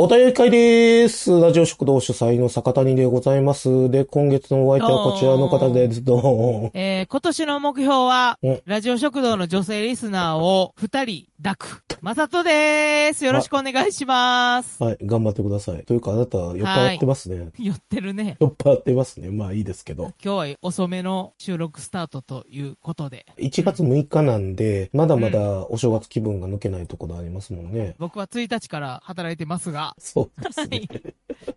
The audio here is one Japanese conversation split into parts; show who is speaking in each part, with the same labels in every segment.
Speaker 1: お便り会です。ラジオ食堂主催の坂谷でございます。で、今月のお相手はこちらの方です。どうも。
Speaker 2: えー、今年の目標は
Speaker 1: うん、
Speaker 2: ラジオ食堂の女性リスナーを二人抱く。まさとでーす。よろしくお願いします。
Speaker 1: はい、頑張ってください。というか、あなた、酔っ払ってますね。
Speaker 2: 酔ってるね。
Speaker 1: 酔っ払ってますね。まあいいですけど
Speaker 2: 今。日は遅めの収録スタートということで。
Speaker 1: 1月6日なんで、まだまだお正月気分が抜けないところありますもんね。
Speaker 2: 僕は1日から働いてますが、
Speaker 1: そうですね。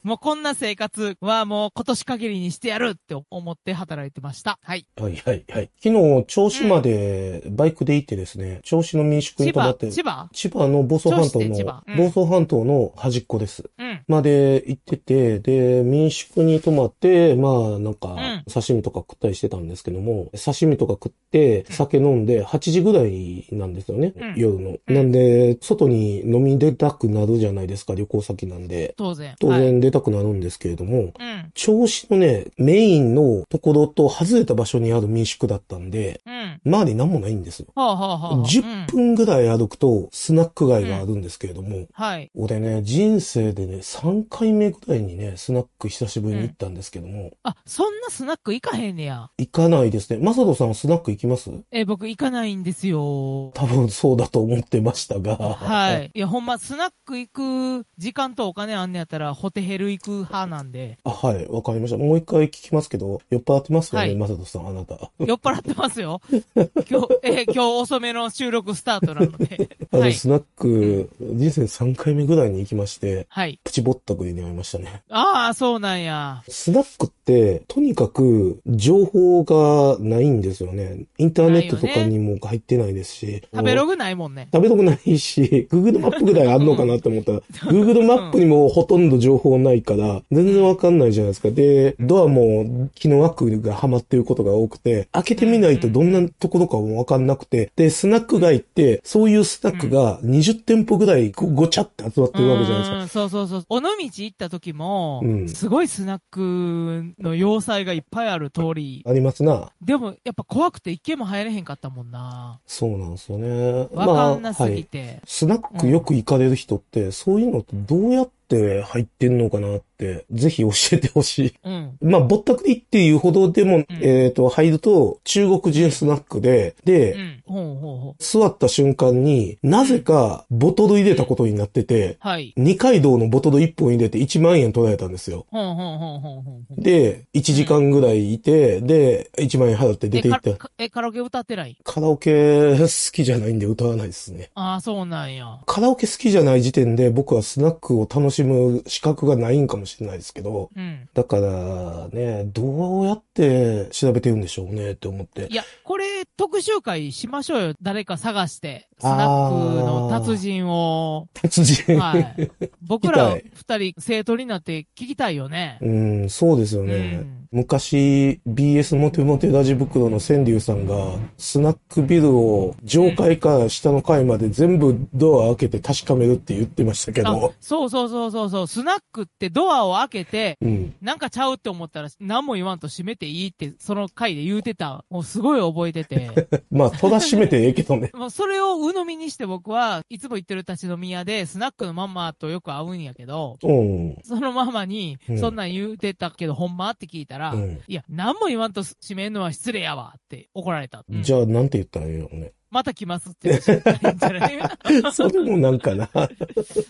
Speaker 2: もうこんな生活はもう今年限りにしてやるって思って働いてました。はい。
Speaker 1: はいはいはい。昨日、銚子までバイクで行ってですね、銚子の民宿に
Speaker 2: 千
Speaker 1: 泊ま
Speaker 2: 葉
Speaker 1: っ、て、
Speaker 2: 千葉
Speaker 1: 千葉の房総半島
Speaker 2: 銚子って千
Speaker 1: の
Speaker 2: 葉、うん
Speaker 1: 房総半島の端っこです。
Speaker 2: うん。
Speaker 1: まで行ってて、で、民宿に泊まって、まあなんか
Speaker 2: ん、
Speaker 1: 刺身とか食ったりしてたんですけども、刺身とか食って、酒飲んで、8時ぐらいなんですよね、
Speaker 2: うん
Speaker 1: 夜の。
Speaker 2: うん
Speaker 1: なんで、外に飲み出たくなるじゃないですか、旅行先なんで。
Speaker 2: 当然。
Speaker 1: 当
Speaker 2: はい。
Speaker 1: 然出たくなるんですけれども、
Speaker 2: うん。
Speaker 1: 調子のね、メインのところと外れた場所にある民宿だったんで、
Speaker 2: うん。
Speaker 1: 周り何もないんですよ。
Speaker 2: ほうほうほうほう。
Speaker 1: 10
Speaker 2: うん
Speaker 1: 分ぐらい歩くと、スナック街があるんですけれども、
Speaker 2: はい。
Speaker 1: 俺ね、人生でね、3回目ぐらいにね、スナック久しぶりに行ったんですけども、
Speaker 2: あ、そんなスナック行かへんねや。
Speaker 1: 行かないですね。マサトさんはスナック行きます
Speaker 2: えー、僕行かないんですよ。
Speaker 1: 多分そうだと思ってましたが。
Speaker 2: は。い。いや、ほんま、スナック行く時間とお金あんねやったら、ホテヘル行く派なんで、
Speaker 1: あ、はい、わかりました。もう一回聞きますけど、酔っ払ってますよね、
Speaker 2: はい
Speaker 1: マサトさん、あなた。あ
Speaker 2: 酔っ払ってますよ。 今日、えー今日遅めの収録スタートなので。
Speaker 1: の、
Speaker 2: はい。
Speaker 1: スナック、人生3回目ぐらいに行きまして、
Speaker 2: はい。
Speaker 1: プチぼったくりに会いましたね。
Speaker 2: ああ、そうなんや。
Speaker 1: スナックって、とにかく、情報がないんですよね。インターネットとかにも入ってないですし。
Speaker 2: 食べログないもんね。
Speaker 1: 食べたくないし、Google マップぐらいあんのかなって 思ったら、Google マップにもほとんど情報ないから、全然わかんないじゃないですか。で、ドアも木の枠がはまってることが多くて、開けてみないとどんなところかもわかんなくて、で、スナック街って、そういうスナックが20店舗ぐらいごごちゃって集まってるわけじゃないですか。
Speaker 2: うん、そうそうそう。尾道行った時も、
Speaker 1: うん
Speaker 2: すごいスナックの要塞がいっぱいある通り。
Speaker 1: ありますな。
Speaker 2: でも、やっぱ怖くて一軒も入れへんかったもんな。
Speaker 1: そうなんですよね。
Speaker 2: わかん
Speaker 1: まあ
Speaker 2: なす
Speaker 1: は
Speaker 2: ぎ
Speaker 1: い。
Speaker 2: て。
Speaker 1: スナックよく行かれる人って、そういうのってどうやって入ってんのかなって、ぜひ教えてほしい。
Speaker 2: うん。
Speaker 1: まあ、ぼったくりっていうほどでも、えっ、と、入ると、中国人スナックで、で、
Speaker 2: うん。ほうほうほ
Speaker 1: 座った瞬間に、なぜか、ボトル入れたことになってて、
Speaker 2: う。はい。
Speaker 1: 二階堂のボトル1本入れて1万円取られたんですよ。
Speaker 2: ほうほうほうほうほうほう。
Speaker 1: で、1時間ぐらいいて、で、1万円払って出て行っ
Speaker 2: え
Speaker 1: た。
Speaker 2: カラえ、カラオケ歌ってない
Speaker 1: カラオケ好きじゃないんで歌わないですね。
Speaker 2: ああ、そうなんや。
Speaker 1: カラオケ好きじゃない時点で僕はスナックを楽しむ資格がないんかもしれないですけど、
Speaker 2: うん。
Speaker 1: だからね、どうやって調べてるんでしょうねって思って
Speaker 2: い。や、これ、特集会しましょうよ。誰か探して。スナックの達人を。
Speaker 1: 達人。
Speaker 2: はい。僕ら
Speaker 1: 聞
Speaker 2: 二人、生徒になって聞きたいよね。
Speaker 1: うん、そうですよね。昔、BS モテモテラジ袋の川柳さんが、スナックビルを上階から下の階まで全部ドア開けて確かめるって言ってましたけ
Speaker 2: あ
Speaker 1: ど、
Speaker 2: そうそうそうそうそう。スナックってドアを開けて、
Speaker 1: うん。
Speaker 2: なんかちゃうって思ったら、何も言わんと閉めていいって、その回で言うてた。もうすごい覚えてて。。
Speaker 1: まあ、戸田閉めてええけど ね
Speaker 2: もうそれを鵜呑みにして僕はいつも行ってる立ち飲み屋で、スナックのママとよく会うんやけど、
Speaker 1: うん。
Speaker 2: そのママに
Speaker 1: う、ん
Speaker 2: そんなん言うてたけど、ほんまって聞いたら、
Speaker 1: うん
Speaker 2: いや、何も言わんと閉めんのは失礼やわって怒られた。うん
Speaker 1: じゃあ、なんて言ったらええよね。
Speaker 2: また来ますって教えたらいいんじゃな い
Speaker 1: それもなんかな。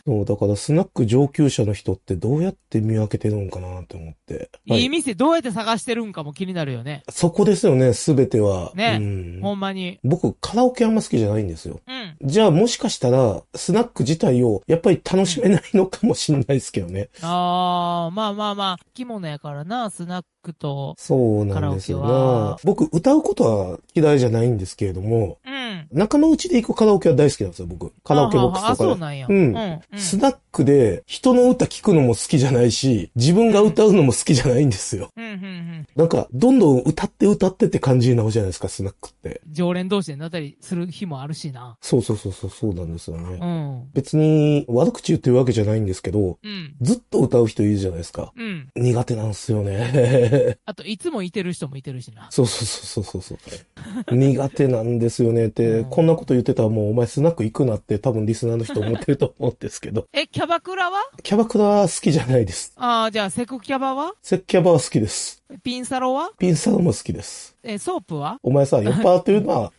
Speaker 1: そう、だから、スナック上級者の人ってどうやって見分けてるのかなって思って。
Speaker 2: いい店どうやって探してるんかも気になるよね。
Speaker 1: そこですよね、すべては。
Speaker 2: ね
Speaker 1: うん
Speaker 2: ほんまに。
Speaker 1: 僕、カラオケあんま好きじゃないんですよ。
Speaker 2: うん。
Speaker 1: じゃあもしかしたら、スナック自体をやっぱり楽しめないのかもしれないですけどね。
Speaker 2: あー、まあまあまあ、着物やからな、スナックと。
Speaker 1: そうなんです
Speaker 2: カラオケ
Speaker 1: よ
Speaker 2: は
Speaker 1: ね。僕、歌うことは嫌いじゃないんですけれども、
Speaker 2: うん。
Speaker 1: 仲間内で行くカラオケは大好きなんですよ、僕。カラオケボックス
Speaker 2: あははあ、
Speaker 1: とかで
Speaker 2: そうなんや。
Speaker 1: うん
Speaker 2: うん
Speaker 1: スナックで人の歌聞くのも好きじゃないし、自分が歌うのも好きじゃないんですよ。
Speaker 2: うん、うん、うん。
Speaker 1: なんか、どんどん歌って歌ってって感じになるじゃないですか、スナックって。
Speaker 2: 常連同士でなったりする日もあるしな。
Speaker 1: そうそうそうそう、そうなんですよね。
Speaker 2: うん。
Speaker 1: 別に悪口言ってるわけじゃないんですけど、
Speaker 2: うん。
Speaker 1: ずっと歌う人いるじゃないですか。
Speaker 2: うん。
Speaker 1: 苦手なんですよね。
Speaker 2: あと、いつもいてる人もいてるしな。、
Speaker 1: そうそうそうそうそうそう。苦手なんですよねって、で、こんなこと言ってたらもうお前スナック行くなって多分リスナーの人思ってると思うんですけど
Speaker 2: え、キャバクラは
Speaker 1: キャバクラは好きじゃないです。
Speaker 2: ああ、じゃあ、セクキャバは
Speaker 1: セッキャバは好きです。
Speaker 2: ピンサロは
Speaker 1: ピンサロも好きです。
Speaker 2: え、ソープは
Speaker 1: お前さ、酔っ払ってるな。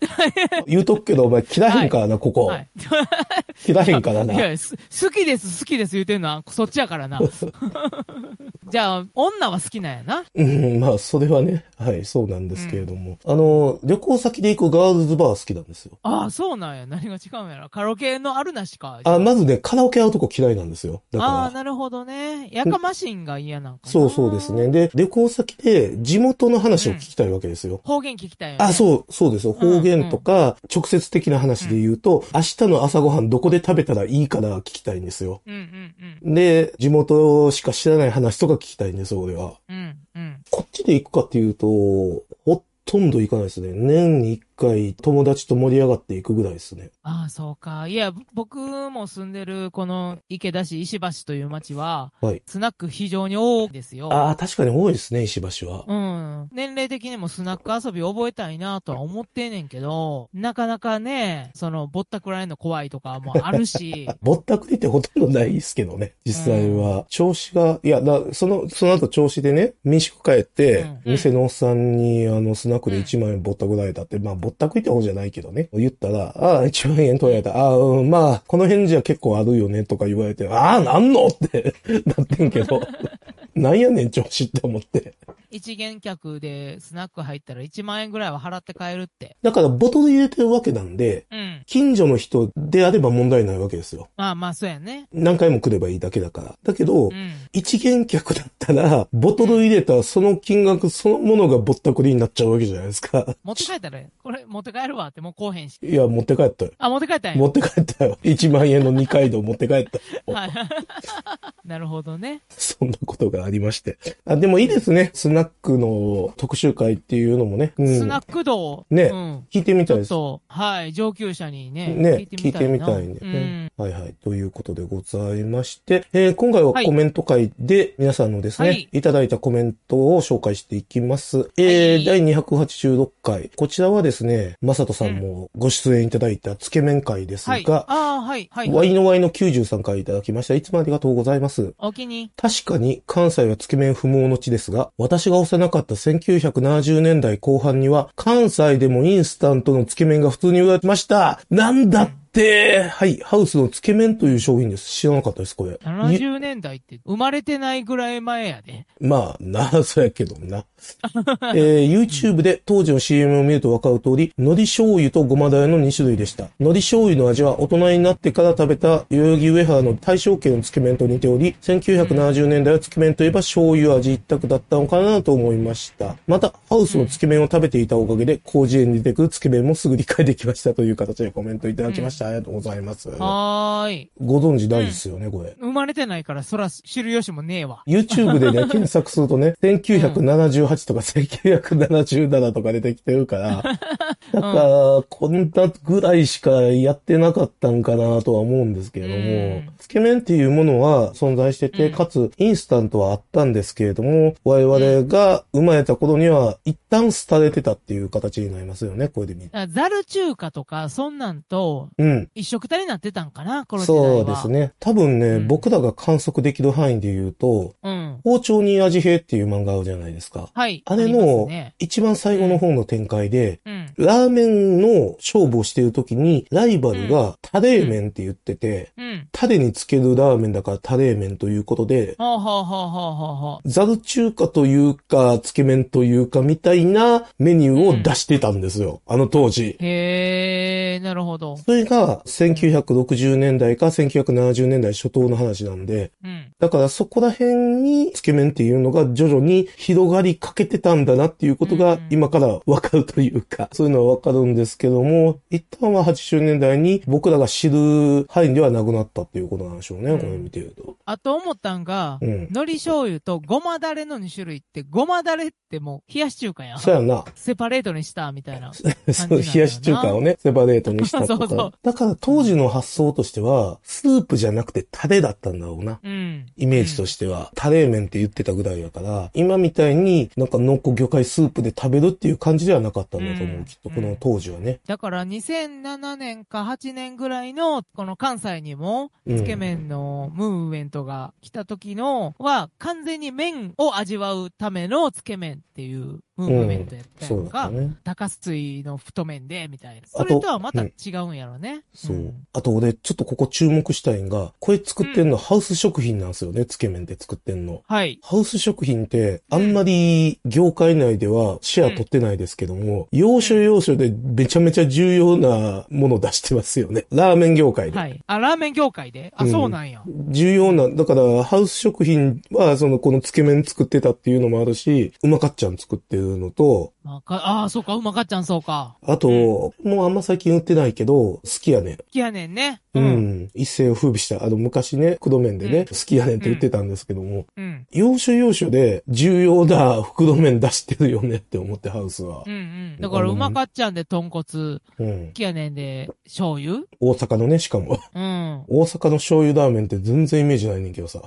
Speaker 1: 言うとくけど、お前、切らへんからな、ここ。
Speaker 2: はい。
Speaker 1: 切らへんから
Speaker 2: い
Speaker 1: な。
Speaker 2: や、す好きです、好きです言うてんのは、そっちやからな。じゃあ、女は好きなんやな。
Speaker 1: うん、まあ、それはね、はい、そうなんですけれども。あの、旅行先で行くガールズバー好きなんですよ。
Speaker 2: ああ、そうなんや。何が違うんやろ。カラオケのあるなしか。
Speaker 1: あ、まずね、カラオケ会うとこ嫌いなんですよ。だ
Speaker 2: ああ、
Speaker 1: から。
Speaker 2: なるほどね。やかましいんが嫌なんかな。
Speaker 1: そうそうです。ね。で、旅行先で地元の話を聞きたいわけですよ。
Speaker 2: 方言聞きたいよ、ね。
Speaker 1: あ、そう、そうですよ。
Speaker 2: うん
Speaker 1: 方言とか、直接的な話で言うと、明日の朝ごはんどこで食べたらいいかな聞きたいんですよ。
Speaker 2: うんうんうん。
Speaker 1: で、地元しか知らない話とか聞きたいんです、俺は。
Speaker 2: うんうん。
Speaker 1: こっちで行くかっていうと、ほとんど行かないですね。年に一回友達と盛り上がっていくぐらいですね。
Speaker 2: ああ、そうか。いや、ぼ僕も住んでる、この池田市石橋という町は、
Speaker 1: はい。
Speaker 2: スナック非常に多いですよ。
Speaker 1: ああ、確かに多いですね、石橋は。
Speaker 2: うん。年齢的にもスナック遊び覚えたいなとは思ってんねんけど、なかなかね、その、ぼったくられんの怖いとかもあ るし、
Speaker 1: ぼったくりってほとんどないですけどね、実際は。調子が、いや、だその、その後調子でね、民宿帰って、
Speaker 2: うん
Speaker 1: 店のおっさんに、あの、スナックで1万円ぼったくられたって、まあ、ぼったくりって方じゃないけどね、言ったら、ああ、1万円取られた、ああ、うん、まあ、この辺じゃ結構あるよね、とか言われて、ああ、なんのって、 なってんけ ど、なんやねん、調子って思って。
Speaker 2: 一元客でスナック入ったら1万円ぐらいは払って帰るって。
Speaker 1: だから、ボトル入れてるわけなんで、
Speaker 2: うん。
Speaker 1: 近所の人であれば問題ないわけですよ。
Speaker 2: まあまあ、そうやね。
Speaker 1: 何回も来ればいいだけだから。だけど、
Speaker 2: うん。
Speaker 1: 一元客だったら、ボトル入れたその金額そのものがぼったくりになっちゃうわけじゃないですか。
Speaker 2: 持って帰ったらええ、これ持って帰るわってもうこうへんし。
Speaker 1: いや、持って帰ったよ。
Speaker 2: あ、持って帰ったんや
Speaker 1: 持。って帰ったよ。1万円の二階堂持って帰った。
Speaker 2: はい。 なるほどね。
Speaker 1: そんなことがありまして。あ、でもいいですね。スナックの特集会っていうのもね。うん、
Speaker 2: スナック道。
Speaker 1: ね
Speaker 2: うん。
Speaker 1: 聞いてみ
Speaker 2: ち
Speaker 1: たい
Speaker 2: ょ
Speaker 1: で
Speaker 2: っ
Speaker 1: す。
Speaker 2: と、はい、上級者にね、
Speaker 1: ね、聞いてみ
Speaker 2: な
Speaker 1: たいね、
Speaker 2: うん。
Speaker 1: はいはい。ということでございまして、えー今回ははいコメント会で皆さんのですね、
Speaker 2: はい
Speaker 1: い、ただいたコメントを紹介していきます。えー
Speaker 2: はい
Speaker 1: 第286回。こちらはですね、まさとさんもご出演いただいたつけ麺会です
Speaker 2: はい。あ
Speaker 1: が、
Speaker 2: あ、はい、はい。
Speaker 1: ワイのワイの93回いただきました。いつもありがとうございます。
Speaker 2: お気に。
Speaker 1: 確かに関西はつけ麺不毛の地ですが、私が幼かった1970年代後半には、関西でもインスタントのつけ麺が普通に売られてました。なんだってはい、ハウスのつけ麺という商品です。知らなかったです、これ。い
Speaker 2: 70年代って生まれてないぐらい前やで。
Speaker 1: まあ、な、そうやけどな。えー YouTube で当時の CM を見ると分かる通り、海苔醤油とごまだれの2種類でした。海苔醤油の味は大人になってから食べた代々木上原の大正家のつけ麺と似ており、1970年代はつけ麺といえば醤油味一択だったのかなと思いました。また、ハウスのつけ麺を食べていたおかげで、広辞苑に出てくるつけ麺もすぐ理解できましたという形でコメントいただきました。ありがとうございます。
Speaker 2: はーい。
Speaker 1: ご存知ないですよね、これ。
Speaker 2: 生まれてないから、そら知る由もねえわ。
Speaker 1: YouTube でね、検索するとね、1978とか1977とか出てきてる から、なんか、こんなぐらいしかやってなかったんかなとは思うんですけれども、
Speaker 2: うん
Speaker 1: つけ麺っていうものは存在してて、
Speaker 2: うん
Speaker 1: かつインスタントはあったんですけれども、我々が生まれた頃には一旦廃れてたっていう形になりますよね、これで見る。
Speaker 2: あザル中華とか、そんなんと、
Speaker 1: うん。
Speaker 2: 一緒くたになってたんかな、この時代
Speaker 1: そうで
Speaker 2: は。
Speaker 1: す。ね。多分ね、
Speaker 2: うん
Speaker 1: 僕らが観測できる範囲で言うと、
Speaker 2: うん。
Speaker 1: 包丁に味兵っていう漫画あるじゃないですか。
Speaker 2: はい。
Speaker 1: あれ
Speaker 2: ります
Speaker 1: の
Speaker 2: ね、
Speaker 1: 一番最後の方の展開で、
Speaker 2: うん。
Speaker 1: ラーメンの勝負をしている時に、ライバルがタレーメンって言ってて、
Speaker 2: うん。
Speaker 1: タレにつけるラーメンだからタレーメンということで、
Speaker 2: ほうほうほうほうほうほ
Speaker 1: ザル中華というか、つけ麺というかみたいなメニューを出してたんですよ。あの当時。
Speaker 2: う。へえ、なるほど。
Speaker 1: それが1960年代か1970年代初頭の話なんで、
Speaker 2: うん。
Speaker 1: だからそこら辺につけ麺っていうのが徐々に広がりかけてたんだなっていうこと
Speaker 2: う
Speaker 1: が
Speaker 2: ん
Speaker 1: 今からわかるというか、そういうのはわかるんですけども、一旦は80年代に僕らが知る範囲ではなくなったっていうことなんでしょうね、
Speaker 2: うん
Speaker 1: これ見てると。
Speaker 2: あと思ったんが、
Speaker 1: うん。
Speaker 2: 海苔醤油とごまだれの2種類って、ごまだれってもう冷やし中華やん。
Speaker 1: そうやな。
Speaker 2: セパレートにした、みたいな。なんだ
Speaker 1: そう、
Speaker 2: よ
Speaker 1: 冷
Speaker 2: な
Speaker 1: やし中華をね、セパレートにしたと
Speaker 2: そう そ
Speaker 1: か
Speaker 2: う。
Speaker 1: だから当時の発想としては、スープじゃなくてタレだったんだろうな。
Speaker 2: うん。
Speaker 1: イメージとしては、タレーメンんって言ってたぐらいやから、今みたいになんか濃厚魚介スープで食べるっていう感じではなかったんだと思う。
Speaker 2: うん
Speaker 1: きっとこの当時はね。
Speaker 2: だから2007年か8年ぐらいの、この関西にも、
Speaker 1: うん
Speaker 2: つけ麺のムーブメントが来た時のは、完全に麺を味わうためのつけ麺っていうムーブメントやったや
Speaker 1: そうんだっ
Speaker 2: か。
Speaker 1: たね。
Speaker 2: 高水の太麺で、みたいな。
Speaker 1: あ
Speaker 2: そ
Speaker 1: と
Speaker 2: れとはまた違うんやろね。
Speaker 1: そう。
Speaker 2: ん
Speaker 1: あと俺、ちょっとここ注目したいんが、これ作ってんのハウス食品なんですよね、つけ麺で作ってんの。
Speaker 2: はい。
Speaker 1: ハウス食品って、あんまり業界内ではシェア取ってないですけども、要所要所でめちゃめちゃ重要なもの出してますよね。ラーメン業界で。
Speaker 2: はい。あ、ラーメン業界であ、
Speaker 1: うん
Speaker 2: そうなんや。
Speaker 1: 重要な、だから、ハウス食品は、その、このつけ麺作ってたっていうのもあるし、うまかっちゃん作ってるのと、
Speaker 2: まあ、かあー、そうか、うまかっちゃんそうか。
Speaker 1: あと、もうあんま最近売ってないけど、好きやねん。
Speaker 2: 好きやねんね。
Speaker 1: う。ん。一世を風靡した、あの、昔ね、黒麺で
Speaker 2: うん
Speaker 1: ね、好きやねんって言ってたんですけども、
Speaker 2: うん。
Speaker 1: 要所要所で重要な袋麺出してるよねって思って、ハウスは
Speaker 2: うんう。ん。だから、うまかっちゃんで豚骨、好
Speaker 1: うん。
Speaker 2: きやねんで醤油
Speaker 1: 大阪のね、しかも。
Speaker 2: うん。
Speaker 1: 大阪の醤油ラーメンって全然イメージないねんけど さ。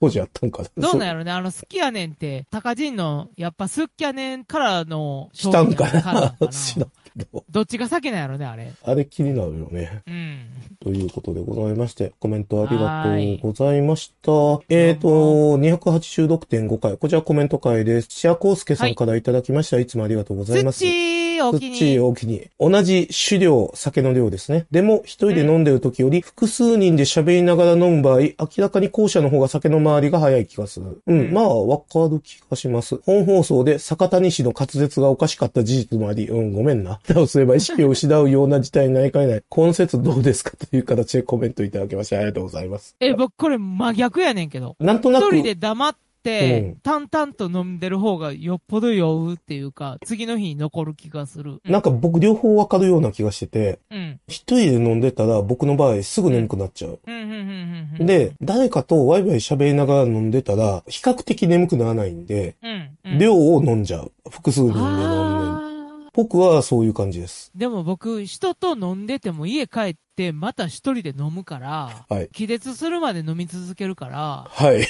Speaker 1: 当時あったんかな。
Speaker 2: どうなんやろねあの、好きやねんって、高人の、やっぱ好きやねんからの、
Speaker 1: そうしたんか
Speaker 2: 商品や
Speaker 1: な
Speaker 2: から
Speaker 1: 知らんけど。
Speaker 2: どっちが先なんやろね、あれ。
Speaker 1: あれ気になるよね。
Speaker 2: うん。
Speaker 1: ということでございまして、コメントありが
Speaker 2: は
Speaker 1: と
Speaker 2: いう
Speaker 1: ございました。えっ、ー、と、286.5回、こちらコメント回です。シアコウスケさんからいただきました。い、つもありがとうございます。
Speaker 2: 土ー、お気に
Speaker 1: 土
Speaker 2: 入り。
Speaker 1: お気に入り。同じ酒量、酒の量ですね。でも、一人で飲んでる時より、複数人で喋りながら飲む場合、明らかに後者の方が酒の回りが早い気がする。うん、まあ、わかる気がします。本放送で坂谷氏の滑舌がおかしかった事実もあり、うん、ごめんな。なおすれば意識を失うような事態になりかねない。 今節どうですかという形でコメントいただきまして、ありがとうございます。
Speaker 2: え、僕これ真逆やねんけど。
Speaker 1: なんとな
Speaker 2: 一
Speaker 1: く、
Speaker 2: 人で黙って、
Speaker 1: うん
Speaker 2: 淡々と飲んでる方がよっぽど酔うっていうか、次の日に残る気がする。
Speaker 1: なんか僕両方わかるような気がしてて、
Speaker 2: うん。
Speaker 1: 一人で飲んでたら僕の場合すぐ眠くなっちゃう。
Speaker 2: うん、うん、うん、うんうん。
Speaker 1: で、誰かとワイワイ喋りながら飲んでたら、比較的眠くならないんで、
Speaker 2: うん、うん。
Speaker 1: 量を飲んじゃう。複数人で飲んで。
Speaker 2: あー
Speaker 1: 僕はそういう感じです。
Speaker 2: でも僕、人と飲んでても家帰ってまた一人で飲むから、
Speaker 1: はい。
Speaker 2: 気絶するまで飲み続けるから、
Speaker 1: はい。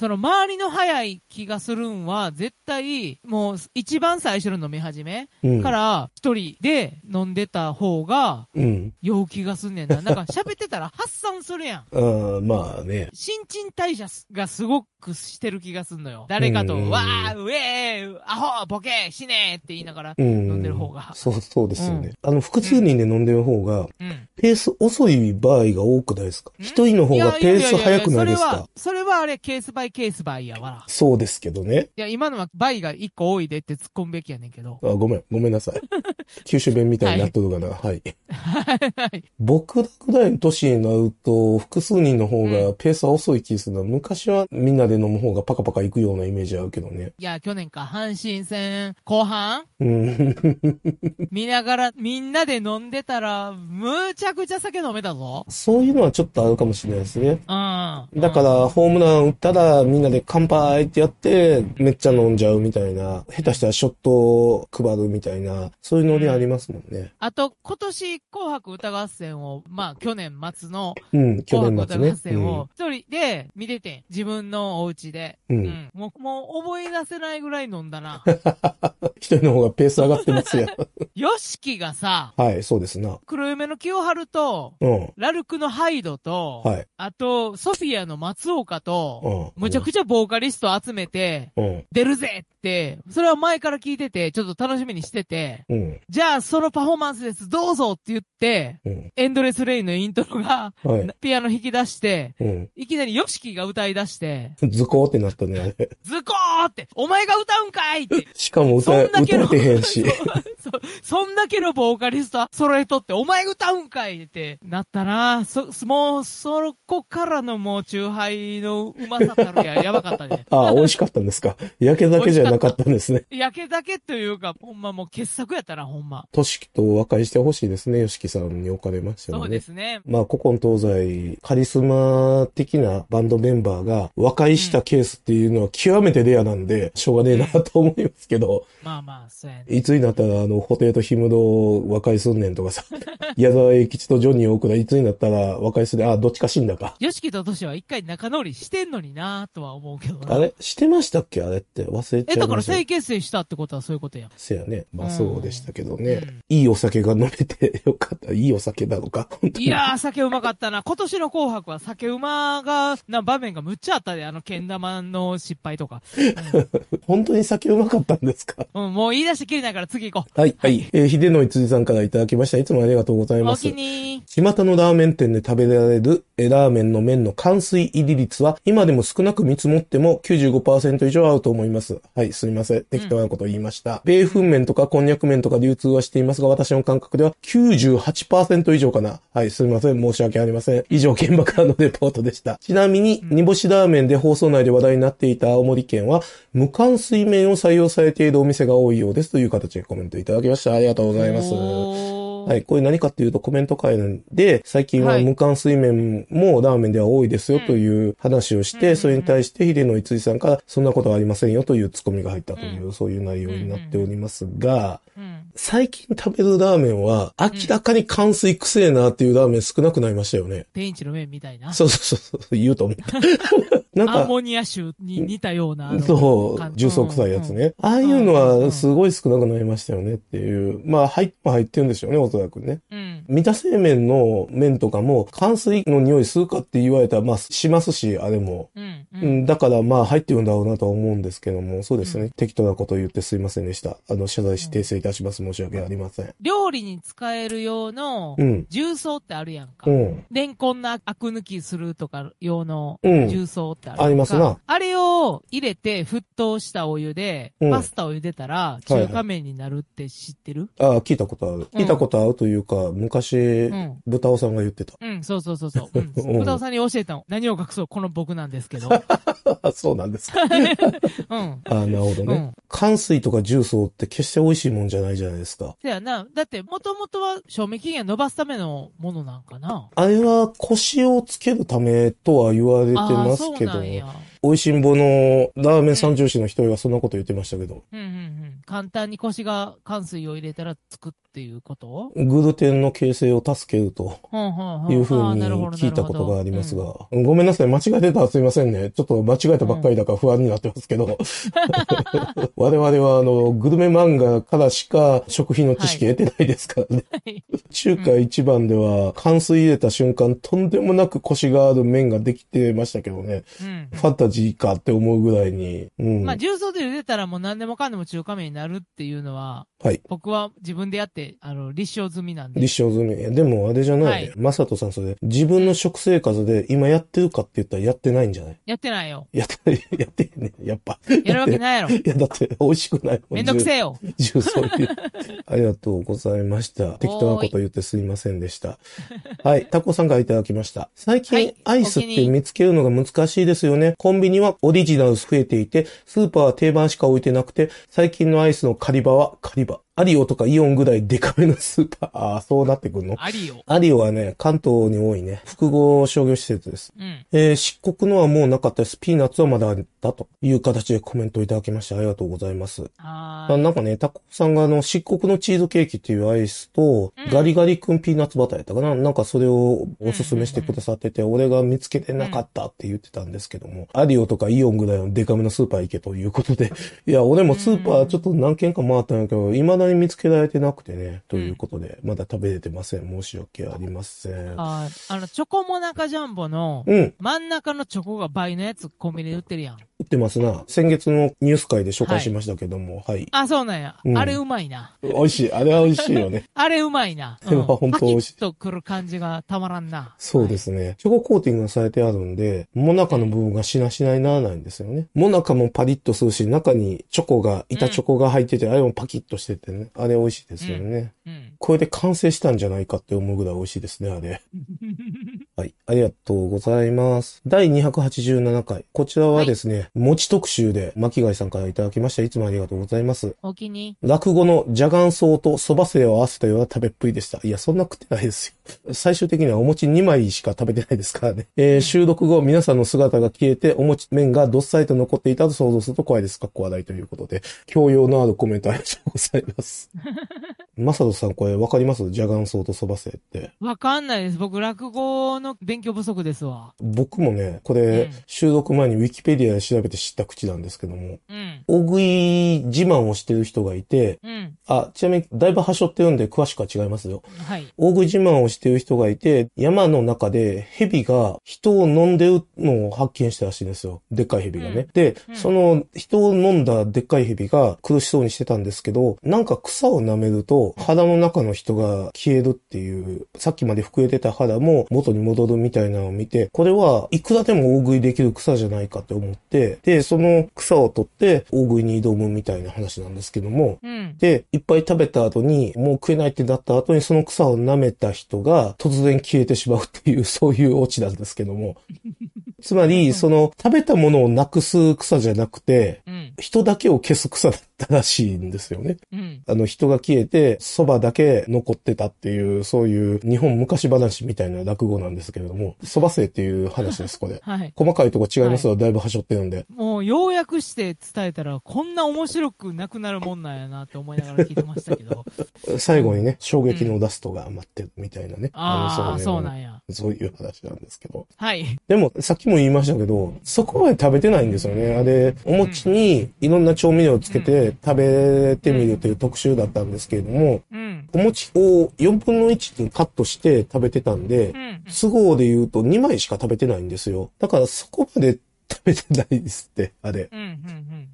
Speaker 2: その周りの早い気がするんは、絶対、もう一番最初の飲み始め
Speaker 1: うん。
Speaker 2: から一人で飲んでた方が
Speaker 1: うん。
Speaker 2: 酔う気がすんねんな。なんか喋ってたら発散するやん。
Speaker 1: あーまあね。
Speaker 2: 新陳代謝がすごくしてる気がすんのよ。誰かと
Speaker 1: う、ん
Speaker 2: わー、うえー、アホ、ボケ、死ねーって言いながら。
Speaker 1: うん。
Speaker 2: 飲んでる方が
Speaker 1: そう、そうですよね。
Speaker 2: うん
Speaker 1: あの、複数人で飲んでる方が、
Speaker 2: うん。
Speaker 1: ペース遅い場合が多くないですか
Speaker 2: うん
Speaker 1: 一人の方がペース
Speaker 2: やややや
Speaker 1: 早くないです
Speaker 2: それは
Speaker 1: か、
Speaker 2: それはあれ、ケースバイケースバイやわ。
Speaker 1: そうですけどね。
Speaker 2: いや、今のはバイが一個多いでって突っ込むべきやねんけど。
Speaker 1: あ、ごめん、ごめんなさい。 九州弁みたいになっとるかな。はい。
Speaker 2: はい。
Speaker 1: 僕らぐらいの年になると、複数人の方がペースは遅い気がするな。昔はみんなで飲む方がパカパカ行くようなイメージあるけどね。
Speaker 2: いや、去年か、阪神戦、後半
Speaker 1: うん。
Speaker 2: 見ながら、みんなで飲んでたら、むちゃくちゃ酒飲めたぞ。
Speaker 1: そういうのはちょっとあるかもしれないですね。
Speaker 2: うん。
Speaker 1: だか
Speaker 2: うん、
Speaker 1: ら、ホームラン打ったらみんなで乾杯ってやって、めっちゃ飲んじゃうみたいな。下手したらショットを配るみたいな。そういうノリありますもんね。
Speaker 2: あと、今年、紅白歌合戦を、まあ、去年末の
Speaker 1: うん、去
Speaker 2: 紅
Speaker 1: 年
Speaker 2: 白
Speaker 1: 末
Speaker 2: 歌合
Speaker 1: ね。う
Speaker 2: 戦
Speaker 1: ん
Speaker 2: を、一人で見ててん。自分のお家で。
Speaker 1: う。
Speaker 2: うんん。もう、もう、思い出せないぐらい飲んだな。
Speaker 1: 一人の方がペース上がってます やん。
Speaker 2: ヨシキがさ、
Speaker 1: はい、そうですな。
Speaker 2: 黒夢の清春と、
Speaker 1: うん。
Speaker 2: ラルクのハイドと、
Speaker 1: はい。
Speaker 2: あと、ソフィアの松岡と、
Speaker 1: うん。
Speaker 2: むちゃくちゃボーカリスト集めて、
Speaker 1: うん。
Speaker 2: 出るぜって、それは前から聞いてて、ちょっと楽しみにしてて、
Speaker 1: うん。
Speaker 2: じゃあそのパフォーマンスです、どうぞって言って、
Speaker 1: うん。
Speaker 2: エンドレスレインのイントロが、
Speaker 1: はい。
Speaker 2: ピアノ弾き出して、
Speaker 1: うん。
Speaker 2: いきなりヨシキが歌い出して、
Speaker 1: 図工ってなったね、あ れ。
Speaker 2: ズコーって、お前が歌うんかいって、
Speaker 1: しかも歌
Speaker 2: そ
Speaker 1: え、
Speaker 2: んだけ
Speaker 1: 歌
Speaker 2: の
Speaker 1: えてへんし。
Speaker 2: そ、そんだけのボーカリスト揃えとって、お前歌うんかいってなったなそ、もう、そこからのもう、チューハイのうまさたるや、やばかったね。
Speaker 1: ああ、美味しかったんですか。焼け酒じゃなかったんですね。
Speaker 2: 焼けだけというか、ほんまもう傑作やったな、ほんま。
Speaker 1: としきと和解してほしいですね、よしきさんにおかれましてはね。
Speaker 2: そうですね。
Speaker 1: まあ、古今東西、カリスマ的なバンドメンバーが和解したケースっていうのは極めてレアななんで、しょうがねえなと思いますけど、
Speaker 2: まあまあ、そうやね。
Speaker 1: いつになったら、あの、布袋とヒムド和解すんねんとか さ、矢沢永吉とジョニー奥田、いつになったら和解する、あ、どっちか死んだか。
Speaker 2: ヨシキとトシは一回仲直りしてんのになとは思うけどな
Speaker 1: あれしてましたっけあれって忘れちゃ
Speaker 2: え、
Speaker 1: いました。
Speaker 2: だから再結成したってことはそういうことやん。
Speaker 1: せやね。ま
Speaker 2: う
Speaker 1: あ
Speaker 2: ん
Speaker 1: そうでしたけどね。
Speaker 2: うん
Speaker 1: いいお酒が飲めてよかった。いいお酒なのか。本当に
Speaker 2: いやー、酒うまかったな。今年の紅白は酒馬が、な場面がむっちゃあったで、あの、けん玉の失敗とか。
Speaker 1: 本当に酒うまかったんですか
Speaker 2: うん、もう言い出してきれないから次行こ。
Speaker 1: はい、はい。えー、秀野辻さんからいただきました。いつもありがとうございうま
Speaker 2: お
Speaker 1: す
Speaker 2: 気。に
Speaker 1: 巷のラーメン店で食べられるえーラーメンの麺の乾水入り率は今でも少なく見積もっても95%以上合うと思います。はい、すみません。適当なことを言いました。米粉麺とかこんにゃく麺とか流通はしていますが、私の感覚では98%以上かな。はい、すみません。申し訳ありません。以上、現場からのレポートでした。ちなみに、煮干しラーメンで放送内で話題になっていた青森県は、無乾水麺を採用されているお店が多いようですという形でコメントいただきました。ありがとうご
Speaker 2: ご。
Speaker 1: ざいます。はいい、これ何かっていうとコメント会なんで、最近は
Speaker 2: はい
Speaker 1: 無関水面もラーメンでは多いですよという話をし
Speaker 2: うんうんう
Speaker 1: て、
Speaker 2: ん
Speaker 1: それに対して秀野いつさんから、そんなことはありませんよというツッコミが入ったという、そういう内容になっておりますが、
Speaker 2: うん。
Speaker 1: 最近食べるラーメンは、明らかに乾水くせえなっていうラーメン少なくなりましたよね。
Speaker 2: 天一の麺みたいな。
Speaker 1: そうそうそうそう、言うと思った。 なん
Speaker 2: アン
Speaker 1: か、
Speaker 2: モニア臭に似たような。あの
Speaker 1: そう
Speaker 2: 感、じ
Speaker 1: 重曹臭いやつね。ああいうの
Speaker 2: うんうんう
Speaker 1: は
Speaker 2: ん
Speaker 1: すごい少なくなりましたよねっていう。まあ、入っても入ってるんでしょうね、おそらくね。
Speaker 2: うん。
Speaker 1: 三田製麺の麺とかも、乾水の匂いするかって言われたら、まあ、しますし、あれも。
Speaker 2: うん。う。
Speaker 1: うんん、だから、まあ、入ってるんだろうなとは思うんですけども、そうですね。
Speaker 2: う
Speaker 1: 適当なことを言ってすいませんでした。あの、謝罪し訂正いたします。申し訳ありません。
Speaker 2: 料理に使える用の
Speaker 1: う、ん。
Speaker 2: 重曹ってあるやんか
Speaker 1: う。ん。
Speaker 2: レンコンのアク抜きするとか用の
Speaker 1: うん
Speaker 2: 重曹ってあるやんか
Speaker 1: ありますな。
Speaker 2: あれを入れて沸騰したお湯で、
Speaker 1: うん
Speaker 2: パスタを茹でたら
Speaker 1: いはい
Speaker 2: 中華麺になるって知ってる、
Speaker 1: ああ、聞いたことある。聞いたことあるというか、昔、
Speaker 2: うん。
Speaker 1: 豚尾さんが言ってた。
Speaker 2: うん、そうそうそうそう。うん
Speaker 1: うん
Speaker 2: 豚尾さんに教えたの。何を隠そうこの僕なんですけど。
Speaker 1: あそうなんです か。
Speaker 2: うん。
Speaker 1: ああ、なるほど
Speaker 2: う
Speaker 1: ね。
Speaker 2: ん。
Speaker 1: 乾水とか重曹って決して美味しいもんじゃないじゃないですか。
Speaker 2: そやな。だって、もともとは賞味期限伸ばすためのものなんかな。
Speaker 1: あれは腰をつけるためとは言われて
Speaker 2: ああー、
Speaker 1: ます
Speaker 2: そう
Speaker 1: けど
Speaker 2: なんや。
Speaker 1: 美味しんぼのラーメン三重師の一人がそんなこと言ってましたけど、
Speaker 2: うんうんうん。簡単に腰が乾水を入れたらつくっていうこと
Speaker 1: グルテンの形成を助けると
Speaker 2: ほんほんほん。
Speaker 1: いうふ
Speaker 2: あ
Speaker 1: う
Speaker 2: ー
Speaker 1: に
Speaker 2: なるほど
Speaker 1: 聞いたことがあります。
Speaker 2: なるほ
Speaker 1: が、ごめんなさい、間違えてたらすいませんね。ちょっと間違えたばっかりだから不安になってますけ ど、我々はあの、グルメ漫画からしか食品の知識得てないですからね。
Speaker 2: どうん
Speaker 1: 中華一番では、乾水入れた瞬間、とんでもなく腰がある麺ができてましたけどね、
Speaker 2: うん。
Speaker 1: ファンタジーかって思うぐらいに、うん。
Speaker 2: ま
Speaker 1: は
Speaker 2: あ、
Speaker 1: い。
Speaker 2: 重曹で茹でたらもう何でもかんでも中華麺になるっていうのは、僕は自分でやって、あの、立証済みなんで
Speaker 1: 立。証済み。いやでもあれじゃない、
Speaker 2: はい
Speaker 1: マサトさんそれ、自分の食生活で今やってるかって言ったらやってないんじゃない
Speaker 2: やってないよ。
Speaker 1: やって、 やってへんねんやっぱ。
Speaker 2: やるわけな いやろ。
Speaker 1: いや、だって、美味しくないもん。
Speaker 2: めんどくせえ よ。
Speaker 1: 重曹入 れありがとうございました。適当なこと言ってすいませんでした。はい。タコさんからいただきました。最近、
Speaker 2: はい
Speaker 1: アイスっ
Speaker 2: お気に入
Speaker 1: て
Speaker 2: り
Speaker 1: 見つけるのが難しいですよね。コンビニはオリジナル増えていて、スーパーは定番しか置いてなくて、最近のアイスのカリバは、カリバ。アリオとかイオンぐらいデカめのスーパー。ああ、そうなってくんの
Speaker 2: ありよ。
Speaker 1: アリオはね、関東に多いね。複合商業施設です。
Speaker 2: うん。
Speaker 1: えー、漆黒のはもうなかったです。ピーナッツはまだあったという形でコメントいただきましてありがとうございます。
Speaker 2: は
Speaker 1: あ
Speaker 2: ーい。
Speaker 1: なんかね、タコさんがあの、漆黒のチーズケーキっていうアイスと、
Speaker 2: うん
Speaker 1: ガリガリ君ピーナッツバターやったかななんかそれをおすすめしてくださってて、俺が見つけてなかったって言ってたんですけども、アリオとかイオンぐらいのデカめのスーパー行けということで、いや、俺もスーパーちょっと何軒か回ったんやけど、未だに見つけられてなくてね、ということで、まだ食べれてません。申し訳ありません。
Speaker 2: はーい。あの、チョコモナカジャンボの、
Speaker 1: うん、
Speaker 2: 真ん中のチョコが倍のやつコンビニで売ってるやん。
Speaker 1: 売ってますな。先月のニュース会で紹介しましたけども、はい。
Speaker 2: あ、そうなんや。
Speaker 1: うん
Speaker 2: あれうまいな。
Speaker 1: 美味しい。あれは美味しいよね。
Speaker 2: あれうまい な。
Speaker 1: あれは本当美味しい
Speaker 2: パキッとくる感じがたまらんな。
Speaker 1: そうですね。チョココーティングがされてあるんで、もなかの部分がしなしなにならないんですよね。もなかもパリッとするし、中にチョコが、板チョコが入ってて、あれもパキッとしててね。あれ美味しいですよね。
Speaker 2: はい。うん。
Speaker 1: これで完成したんじゃないかって思うぐらい美味しいですね、あれ。はい。ありがとうございます。第287回。こちらはですね、餅特集で巻貝さんからいただきました。いつもありがとうございます。
Speaker 2: お気に。
Speaker 1: 落語のジャガンソウと蕎麦せを合わせたような食べっぷりでした。いや、そんな食ってないですよ。最終的にはお餅2枚しか食べてないですからね。えー収録後、皆さんの姿が消えて、お餅麺がどっさりと残っていたと想像すると怖いです。かっこ笑いということで。教養のあるコメントありがとうござい ます。マサトさん、これわかりますジャガンソウと蕎麦せって。
Speaker 2: わかんないです。僕、落語の勉強不足ですわ。
Speaker 1: 僕もね、こ
Speaker 2: うん
Speaker 1: れ、収録前にウィキペディアで調べて知った口なんですけども、
Speaker 2: うん。
Speaker 1: 大食い自慢をしてる人がいて、
Speaker 2: うん。
Speaker 1: あ、ちなみに、だいぶ端折って読んで詳しくは違いますよ。
Speaker 2: はい。
Speaker 1: 大食い自慢をしてる人がいて、山の中で蛇が人を飲んでるのを発見したらしいんですよ。でっかい蛇がね。
Speaker 2: うん
Speaker 1: で、
Speaker 2: うん
Speaker 1: その人を飲んだでっかい蛇が苦しそうにしてたんですけど、なんか草を舐めると腹の中の人が消えるっていう、さっきまで膨れてた腹も元に戻るみたいなのを見て、これはいくらでも大食いできる草じゃないかって思って、で、その草を取って大食いに挑むみたいな話なんですけども、
Speaker 2: うん。
Speaker 1: で、いっぱい食べた後に、もう食えないってなった後にその草を舐めた人が突然消えてしまうっていう、そういうオチなんですけど も。つまり、その食べたものをなくす草じゃなくて、
Speaker 2: うん。
Speaker 1: 人だけを消す草だったらしいんですよね。
Speaker 2: うん。
Speaker 1: あの人が消えて、蕎麦だけ残ってたっていう、そういう日本昔話みたいな落語なんですけれども、蕎麦生っていう話です、 これ。
Speaker 2: はい。
Speaker 1: 細かいとこ違いますよ、だいぶ端折ってるんで。
Speaker 2: もう、要約して伝えたら、こんな面白くなくなるもんなんやなって思いながら聞いてましたけ ど。
Speaker 1: 最後にね、衝撃のラストが待ってるみたいなね。
Speaker 2: あ
Speaker 1: の
Speaker 2: あ、そうなんや。
Speaker 1: そういう話なんですけど。
Speaker 2: はい。
Speaker 1: でも、さっきも言いましたけど、そこまで食べてないんですよね。あれ、お餅にいろんな調味料をつけて食べてみるという特集だったんですけれども、
Speaker 2: うん。
Speaker 1: お餅を4分の1にカットして食べてたんで
Speaker 2: う、ん。
Speaker 1: 都合で言うと2枚しか食べてないんですよ。だからそこまで食べてないですって、あれ。
Speaker 2: うん。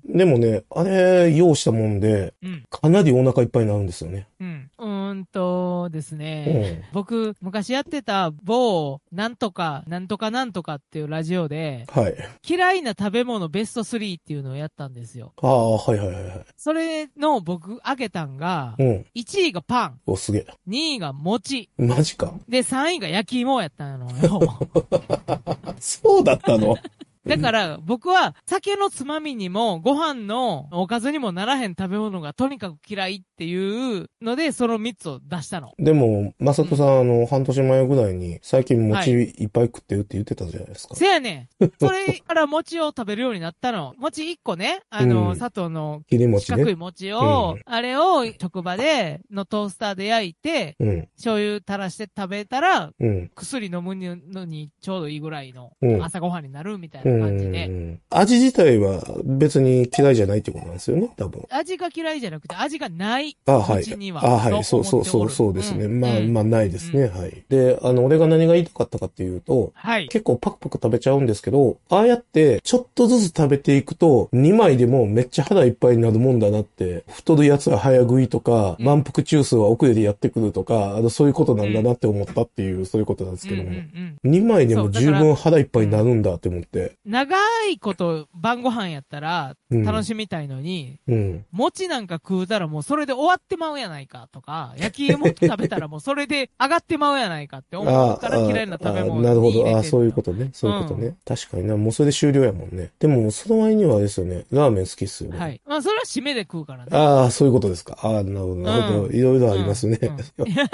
Speaker 2: うん。
Speaker 1: でもね、あれ、用したもんで、
Speaker 2: うん。
Speaker 1: かなりお腹いっぱいになるんですよね。
Speaker 2: うん。うーんとです
Speaker 1: う
Speaker 2: ね。
Speaker 1: ん。
Speaker 2: 僕、昔やってた某、なんとか、なんとかなんとかっていうラジオで、
Speaker 1: はい。
Speaker 2: 嫌いな食べ物ベスト3っていうのをやったんですよ。
Speaker 1: ああ、はいはいはいはい。
Speaker 2: それの僕、あげたんが、
Speaker 1: うん。
Speaker 2: 1位がパン、
Speaker 1: お、すげえ。
Speaker 2: 2位が餅、
Speaker 1: マジか。
Speaker 2: で、3位が焼き芋やったの よ。
Speaker 1: そうだったの
Speaker 2: だから、僕は酒のつまみにも、ご飯のおかずにもならへん食べ物がとにかく嫌いっていうので、その3つを出したの。
Speaker 1: でも、まさとさん、あの、半年前ぐらいに、最近餅いっぱい食ってるって言ってたじゃないですか。
Speaker 2: せやねん。それから餅を食べるようになったの。餅1個ね、あ
Speaker 1: う
Speaker 2: の、
Speaker 1: ん
Speaker 2: 佐藤の
Speaker 1: 切り
Speaker 2: 四
Speaker 1: 餅
Speaker 2: 角い
Speaker 1: ね。
Speaker 2: 餅を、
Speaker 1: うん
Speaker 2: あれを職場で、のトースターで焼いて、
Speaker 1: うん、
Speaker 2: 醤油垂らして食べたら、
Speaker 1: うん。
Speaker 2: 薬飲むのにちょうどいいぐらいの
Speaker 1: うん
Speaker 2: 朝ごはんになるみたいうなん感じで。
Speaker 1: 味自体は別に嫌いじゃないってことなんですよね、多分。
Speaker 2: 味が嫌いじゃなくて味がない。
Speaker 1: あは
Speaker 2: 口に
Speaker 1: い。
Speaker 2: は
Speaker 1: あはい。
Speaker 2: と
Speaker 1: そ
Speaker 2: 思
Speaker 1: うそう
Speaker 2: ってお
Speaker 1: そ
Speaker 2: る
Speaker 1: う、そうですね。
Speaker 2: うん
Speaker 1: まあ、
Speaker 2: うん
Speaker 1: まあ、ないですね、はい。で、あの、俺が何が言いたかったかっていうと、
Speaker 2: はい。
Speaker 1: 結構パクパク食べちゃうんですけど、ああやってちょっとずつ食べていくと、2枚でもめっちゃ腹いっぱいになるもんだなって、太るやつは早食いとか、
Speaker 2: うん
Speaker 1: 満腹中枢は遅れでやってくるとか、あのそういうことなんだなって思ったっていう、そういうことなんです
Speaker 2: うん
Speaker 1: け
Speaker 2: うん
Speaker 1: ど
Speaker 2: う
Speaker 1: も。
Speaker 2: ん。
Speaker 1: 2枚でも十
Speaker 2: そ
Speaker 1: 分腹いっぱいになるんだって思って。
Speaker 2: 長いこと晩ご飯やったら
Speaker 1: うん、
Speaker 2: 楽しみたいのに、
Speaker 1: うん。
Speaker 2: 餅なんか食うたらもうそれで終わってまうやないかとか、焼き芋食べたらもうそれで上がってまうやないかって思うから嫌いな食べ物
Speaker 1: あなるほど。ああ、そういう
Speaker 2: と。
Speaker 1: ことね。そういうことね。確かにな。もうそれで終了やもんね。でも、その前にはあれですよね。ラーメン好きっすよね。
Speaker 2: はい。まあそれは締めで食うからね。
Speaker 1: ああ、そういうことですか。ああ、なるほど、なるほど。
Speaker 2: うん
Speaker 1: いろいろありますね。
Speaker 2: う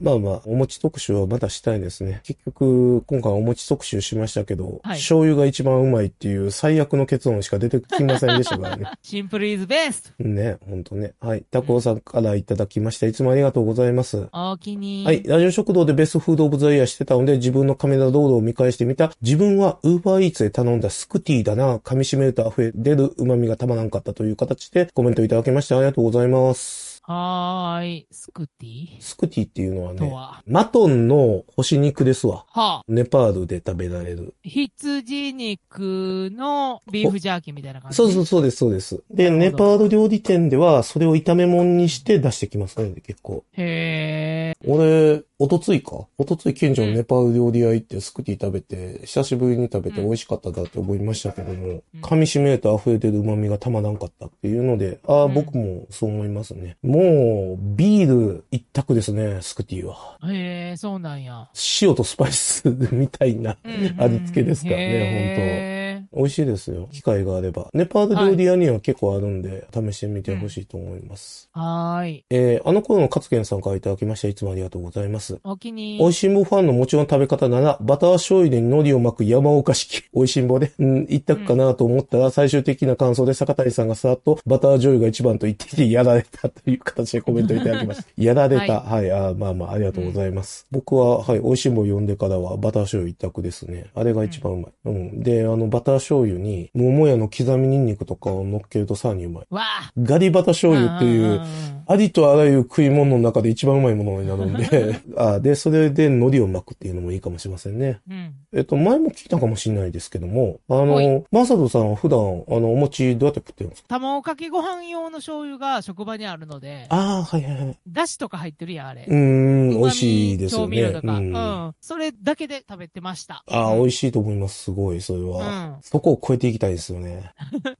Speaker 1: まあまあ、お餅特集はまたしたいですね。結局、今回お餅特集しましたけど、
Speaker 2: はい
Speaker 1: 醤油が一番うまいっていう最悪の結論しか出てきませんでしたから ね。
Speaker 2: シンプルイズベス
Speaker 1: ね、ほんとね。はい。タコさんからいただきました。いつもありがとうございます。
Speaker 2: ト。お気に。
Speaker 1: はい。。ラジオ食堂でベストフードオブザイヤーしてたので、自分のカメラ道路を見返してみた。自分はウーバーイーツで頼んだスクティだな。噛み締めると溢れ出る旨味がたまらんかったという形でコメントいただきましてありがとうございます。
Speaker 2: はーい。スクティ
Speaker 1: スクティっていうのは
Speaker 2: と
Speaker 1: ね、
Speaker 2: は。
Speaker 1: マトンの干し肉ですわ。
Speaker 2: はあ。
Speaker 1: ネパールで食べられる。
Speaker 2: 羊肉のビーフジャーキーみたいな感じ。
Speaker 1: そうそうそうです、そうです。で、
Speaker 2: な
Speaker 1: ネ
Speaker 2: るほど
Speaker 1: パール料理店ではそれを炒め物にして出してきますね、結構。
Speaker 2: へ
Speaker 1: 俺、おとついかおとつい近所のネパール料理屋行ってスクティ食べて、久しぶりに食べて
Speaker 2: うん
Speaker 1: 美味しかったなって思いましたけども、
Speaker 2: うん
Speaker 1: 噛み締めると溢れてる旨味がたまらんかったっていうので、ああ、
Speaker 2: うん
Speaker 1: 僕もそう思いますね。ももう、ビール一択ですね、スクティは。
Speaker 2: へえ、そうなんや。
Speaker 1: 塩とスパイスみたいな
Speaker 2: うんうん
Speaker 1: 味付けですからね、
Speaker 2: へ
Speaker 1: 本当美味しいですよ。機会があれば。ネパール料理屋には結構あるんで、試してみてほしいと思います。
Speaker 2: ーはーい。
Speaker 1: えー、あの頃のカツケンさんからいただきまして、いつもありがとうございます。
Speaker 2: お気に
Speaker 1: 美味しんぼファンのもちろん食べ方なら、バター醤油で海苔を巻く山岡式。美味しんぼで、うん、一択かなと思ったら、最終的な感想で坂谷さんがさっと、バター醤油が一番と言ってきて、やられたという形でコメントいただきま した。やられた。はい、あーまあまあ、ありがとうございます。僕は、はい、美味しんぼ読んでからは、バター醤油一択ですね。あれが一番うまい。うん。で、あの、バター醤油に、桃屋の刻みニンニクとかを乗っけるとさらにうまい。
Speaker 2: わあ
Speaker 1: ガリバタ醤油ってい
Speaker 2: ん
Speaker 1: う、
Speaker 2: んん
Speaker 1: ありとあらゆる食い物の中で一番うまいものになるん で。あで、それで海苔を巻くっていうのもいいかもしれませんね。
Speaker 2: うん。
Speaker 1: えっと、前も聞いたかもしれないですけども、あ
Speaker 2: は
Speaker 1: の、マサトさんは普段、あの、お餅どうやって食ってるんですか
Speaker 2: 卵かけご飯用の醤油が職場にあるので、
Speaker 1: ああ、はいはいはい。
Speaker 2: だしとか入ってるやん、あれ。
Speaker 1: うーん、美味しいですよね。
Speaker 2: うまみ調味料とか、
Speaker 1: うん。
Speaker 2: うん。
Speaker 1: あ
Speaker 2: それだけで食べてました。
Speaker 1: あ、美
Speaker 2: うん
Speaker 1: 味しいと思います。すごい、それは。
Speaker 2: うん
Speaker 1: そこを超えていきたいですよね。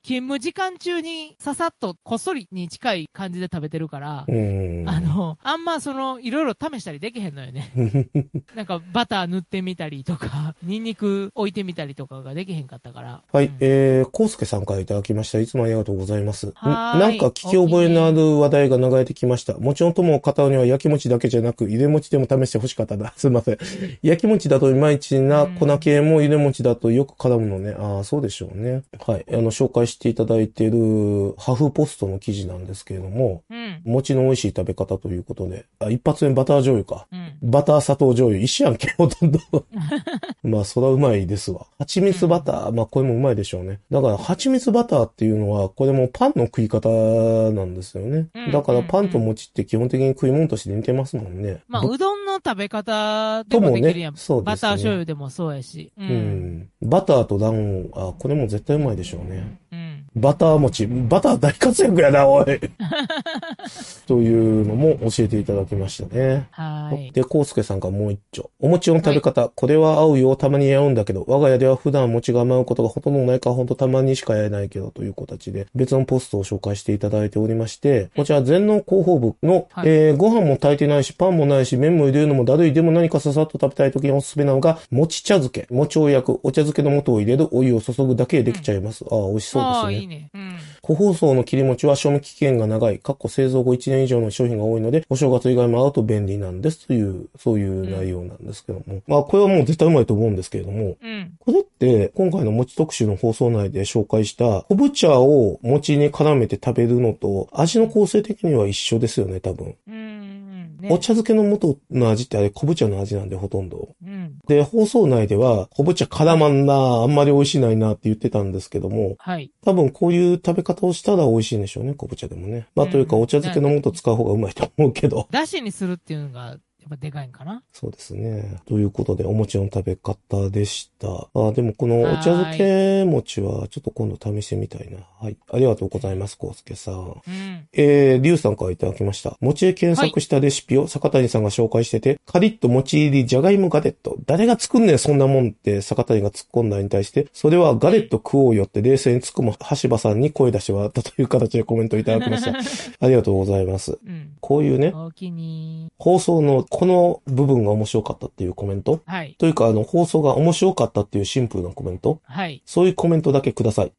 Speaker 2: 勤務時間中にささっとこっそりに近い感じで食べてるから、
Speaker 1: うん。
Speaker 2: あの、あんまその、いろいろ試したりできへんの よね。なんかバター塗ってみたりとか、ニンニク置いてみたりとかができへんかったから。
Speaker 1: は
Speaker 2: う
Speaker 1: い
Speaker 2: ん、
Speaker 1: えー、コウスケさんからいただきました。いつもありがとうございます。ん
Speaker 2: はーい
Speaker 1: なんか聞き覚えのある話題が流れてきました。もちろんとも片には焼き餅だけじゃなく、ゆで餅でも試してほしかったな。 すいません。焼き餅だといまいちな
Speaker 2: うん
Speaker 1: 粉系もゆで餅だとよく絡むのね。ああ、そうでしょうね。はい。あの、紹介していただいているハフポストの記事なんですけれども、
Speaker 2: うん。
Speaker 1: 餅の美味しい食べ方ということで、あ、一発目バター醤油か。
Speaker 2: うん。
Speaker 1: バター砂糖醤油、一緒やんけ、ほとんど。 まあ、そらうまいですわ。蜂蜜バター、まあ、これもうまいでしょうね。だから、蜂蜜バターっていうのは、これもパンの食い方なんですよね
Speaker 2: うん。
Speaker 1: だから、パンと餅って基本的に食い物として似てますもんね。
Speaker 2: まあ、
Speaker 1: ぶ
Speaker 2: うどんの食べ方でもできるやん。
Speaker 1: ともねそうですね
Speaker 2: バター醤油でもそうやし。う。
Speaker 1: うんん。バターと卵黄、あ、これも絶対うまいでしょうね。
Speaker 2: うん。
Speaker 1: バター餅、バター大活躍やな、 おい。というのも教えていただきましたね。
Speaker 2: はい。
Speaker 1: で、コウスケさんがもう一丁。お餅の食べ方、これは合うよ、たまにやるんだけど、我が家では普段餅が舞うことがほとんどないから、ほんとたまにしかやれないけど、という形で、別のポストを紹介していただいておりまして、こちら全農広報部の、
Speaker 2: はい
Speaker 1: えーご飯も炊いてないし、パンもないし、麺も茹でるのもだるい、でも何かささっと食べたい時におすすめなのが、餅茶漬け。餅を焼く、お茶漬けの素を入れる、お湯を注ぐだけでできちゃいます。ああ、美味しそうですね。
Speaker 2: ああ、いいね。うん。
Speaker 1: 個包装の切り餅は賞味期限が長い、かっこ製造後1年以上の商品が多いので、お正月以外も合うと便利なんですという、そういう内容なんですけども。まあ、これはもう絶対うまいと思うんですけれども、
Speaker 2: うん。
Speaker 1: これって、今回の餅特集の放送内で紹介した、昆布茶を餅に絡めて食べるのと、味の構成的には一緒ですよね、多分。
Speaker 2: うんうん。ね
Speaker 1: お茶漬けの元の味ってあれ、昆布茶の味なんで、ほとんど。
Speaker 2: うん。
Speaker 1: で、放送内では、昆布茶絡まんな、あんまり美味しないなって言ってたんですけども、
Speaker 2: はい。
Speaker 1: 多分こういう食べ方をしたら美味しいんでしょうね、昆布茶でもね。まあ
Speaker 2: うん
Speaker 1: というかお茶漬けの素使う方がうまいと思うけど。
Speaker 2: だしにするっていうのが、やっぱでかいんかな。
Speaker 1: そうですね。ということで、お餅の食べ方でした。あ、でもこのお
Speaker 2: はーい
Speaker 1: 茶漬け餅はちょっと今度試してみたいな。はい。ありがとうございます、コウスケさん。
Speaker 2: うん。
Speaker 1: えー、リュウさんからいただきました。餅で検索したレシピを坂谷さんが紹介してて、カリッと餅入りじゃがいもガレット。誰が作んねん、そんなもんって坂谷が突っ込んだに対して、それはガレット食おうよって冷静に突っ込む橋場さんに声出してもらったという形でコメントいただきました。ありがとうございます。
Speaker 2: うん。
Speaker 1: こういうね、
Speaker 2: お気に
Speaker 1: 放送のこの部分が面白かったっていうコメント
Speaker 2: はい。
Speaker 1: というか、あの、放送が面白かったっていうシンプルなコメント
Speaker 2: はい。
Speaker 1: そういうコメントだけくださ い。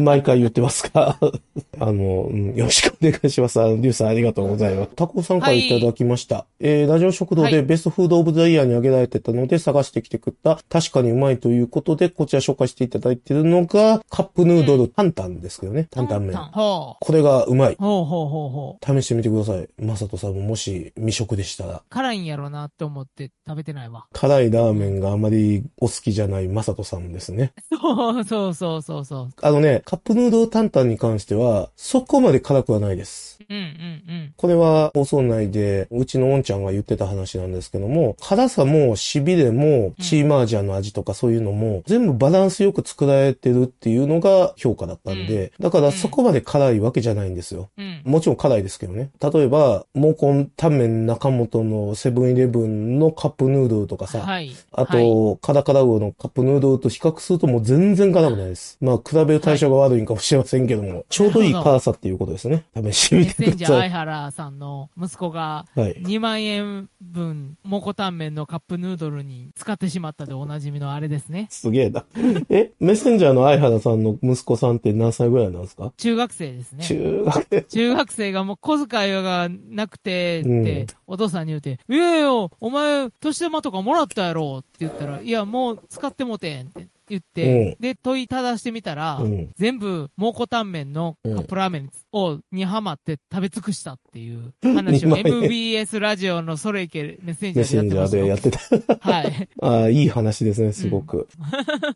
Speaker 1: 毎回言ってますが。 あの、うんよろしくお願いします。あの、リュウさんありがとうございます。タコさんからいただきました。えー、ラジオ食堂
Speaker 2: は
Speaker 1: でベストフードオブザイヤーに挙げられてたので探してきてくった、確かにうまいということで、こちら紹介していただいてるのが、カップヌードル、タンタンですけどね。タンタン麺。
Speaker 2: ほう。
Speaker 1: これがうまい。
Speaker 2: ほうほうほうほう。
Speaker 1: 試してみてください。マサトさんももし未食でしたら。
Speaker 2: 辛いんやろなって思って食べてないわ。
Speaker 1: 辛いラーメンがあまりお好きじゃないマサトさんですね。
Speaker 2: そうそうそうそうそう。
Speaker 1: あのね、カップヌードル担々に関しては、そこまで辛くはないです。
Speaker 2: うんうん
Speaker 1: これは放送内で、うちのおんちゃんが言ってた話なんですけども、辛さも、痺れも、チーマージャンの味とかそういうのも、全部バランスよく作られてるっていうのが評価だったんで、だからそこまで辛いわけじゃないんですよ。
Speaker 2: うん。うん。
Speaker 1: もちろん辛いですけどね。例えば、毛根、タンメン中本のセブンイレブンのカップヌードルとかさ、
Speaker 2: はい。
Speaker 1: あ
Speaker 2: はい、
Speaker 1: と、カダカダウのカップヌードルと比較するともう全然辛くないです。まあ、比べる対象が悪いんかもしれませんけども、ちょうどいい辛さっていうことですね。試して
Speaker 2: メ
Speaker 1: み
Speaker 2: ッセ
Speaker 1: て
Speaker 2: ン
Speaker 1: く
Speaker 2: ジ
Speaker 1: だ
Speaker 2: ャ
Speaker 1: さ
Speaker 2: ー相
Speaker 1: い。
Speaker 2: 原さんの息子が
Speaker 1: はい。
Speaker 2: 2万円分、モコタンメンのカップヌードルに使ってしまったでおなじみのあれですね。
Speaker 1: すげえな。え、メッセンジャーの相原さんの息子さんって何歳ぐらいなんですか
Speaker 2: 中学生ですね。
Speaker 1: 中学生。
Speaker 2: 中学生がもう小遣いがなくて、っ
Speaker 1: うん
Speaker 2: て、お父さんに言うて、いやいや、お前、年玉とかもらったやろって言ったら、いや、もう使ってもてんって言って、で、問いただしてみたら、
Speaker 1: うん。
Speaker 2: 全部、蒙古タンメンのカップラーメンを、にハマって食べ尽くしたっていう話
Speaker 1: う
Speaker 2: を
Speaker 1: まいね
Speaker 2: MBS ラジオのそれいけメッセンジ
Speaker 1: メ
Speaker 2: ャ
Speaker 1: ッセ
Speaker 2: ー
Speaker 1: ン
Speaker 2: で
Speaker 1: ジ
Speaker 2: や
Speaker 1: ャ
Speaker 2: っ
Speaker 1: ー
Speaker 2: て
Speaker 1: でや
Speaker 2: ま
Speaker 1: ってた。
Speaker 2: した。はい。
Speaker 1: ああ、いい話ですね、すごく。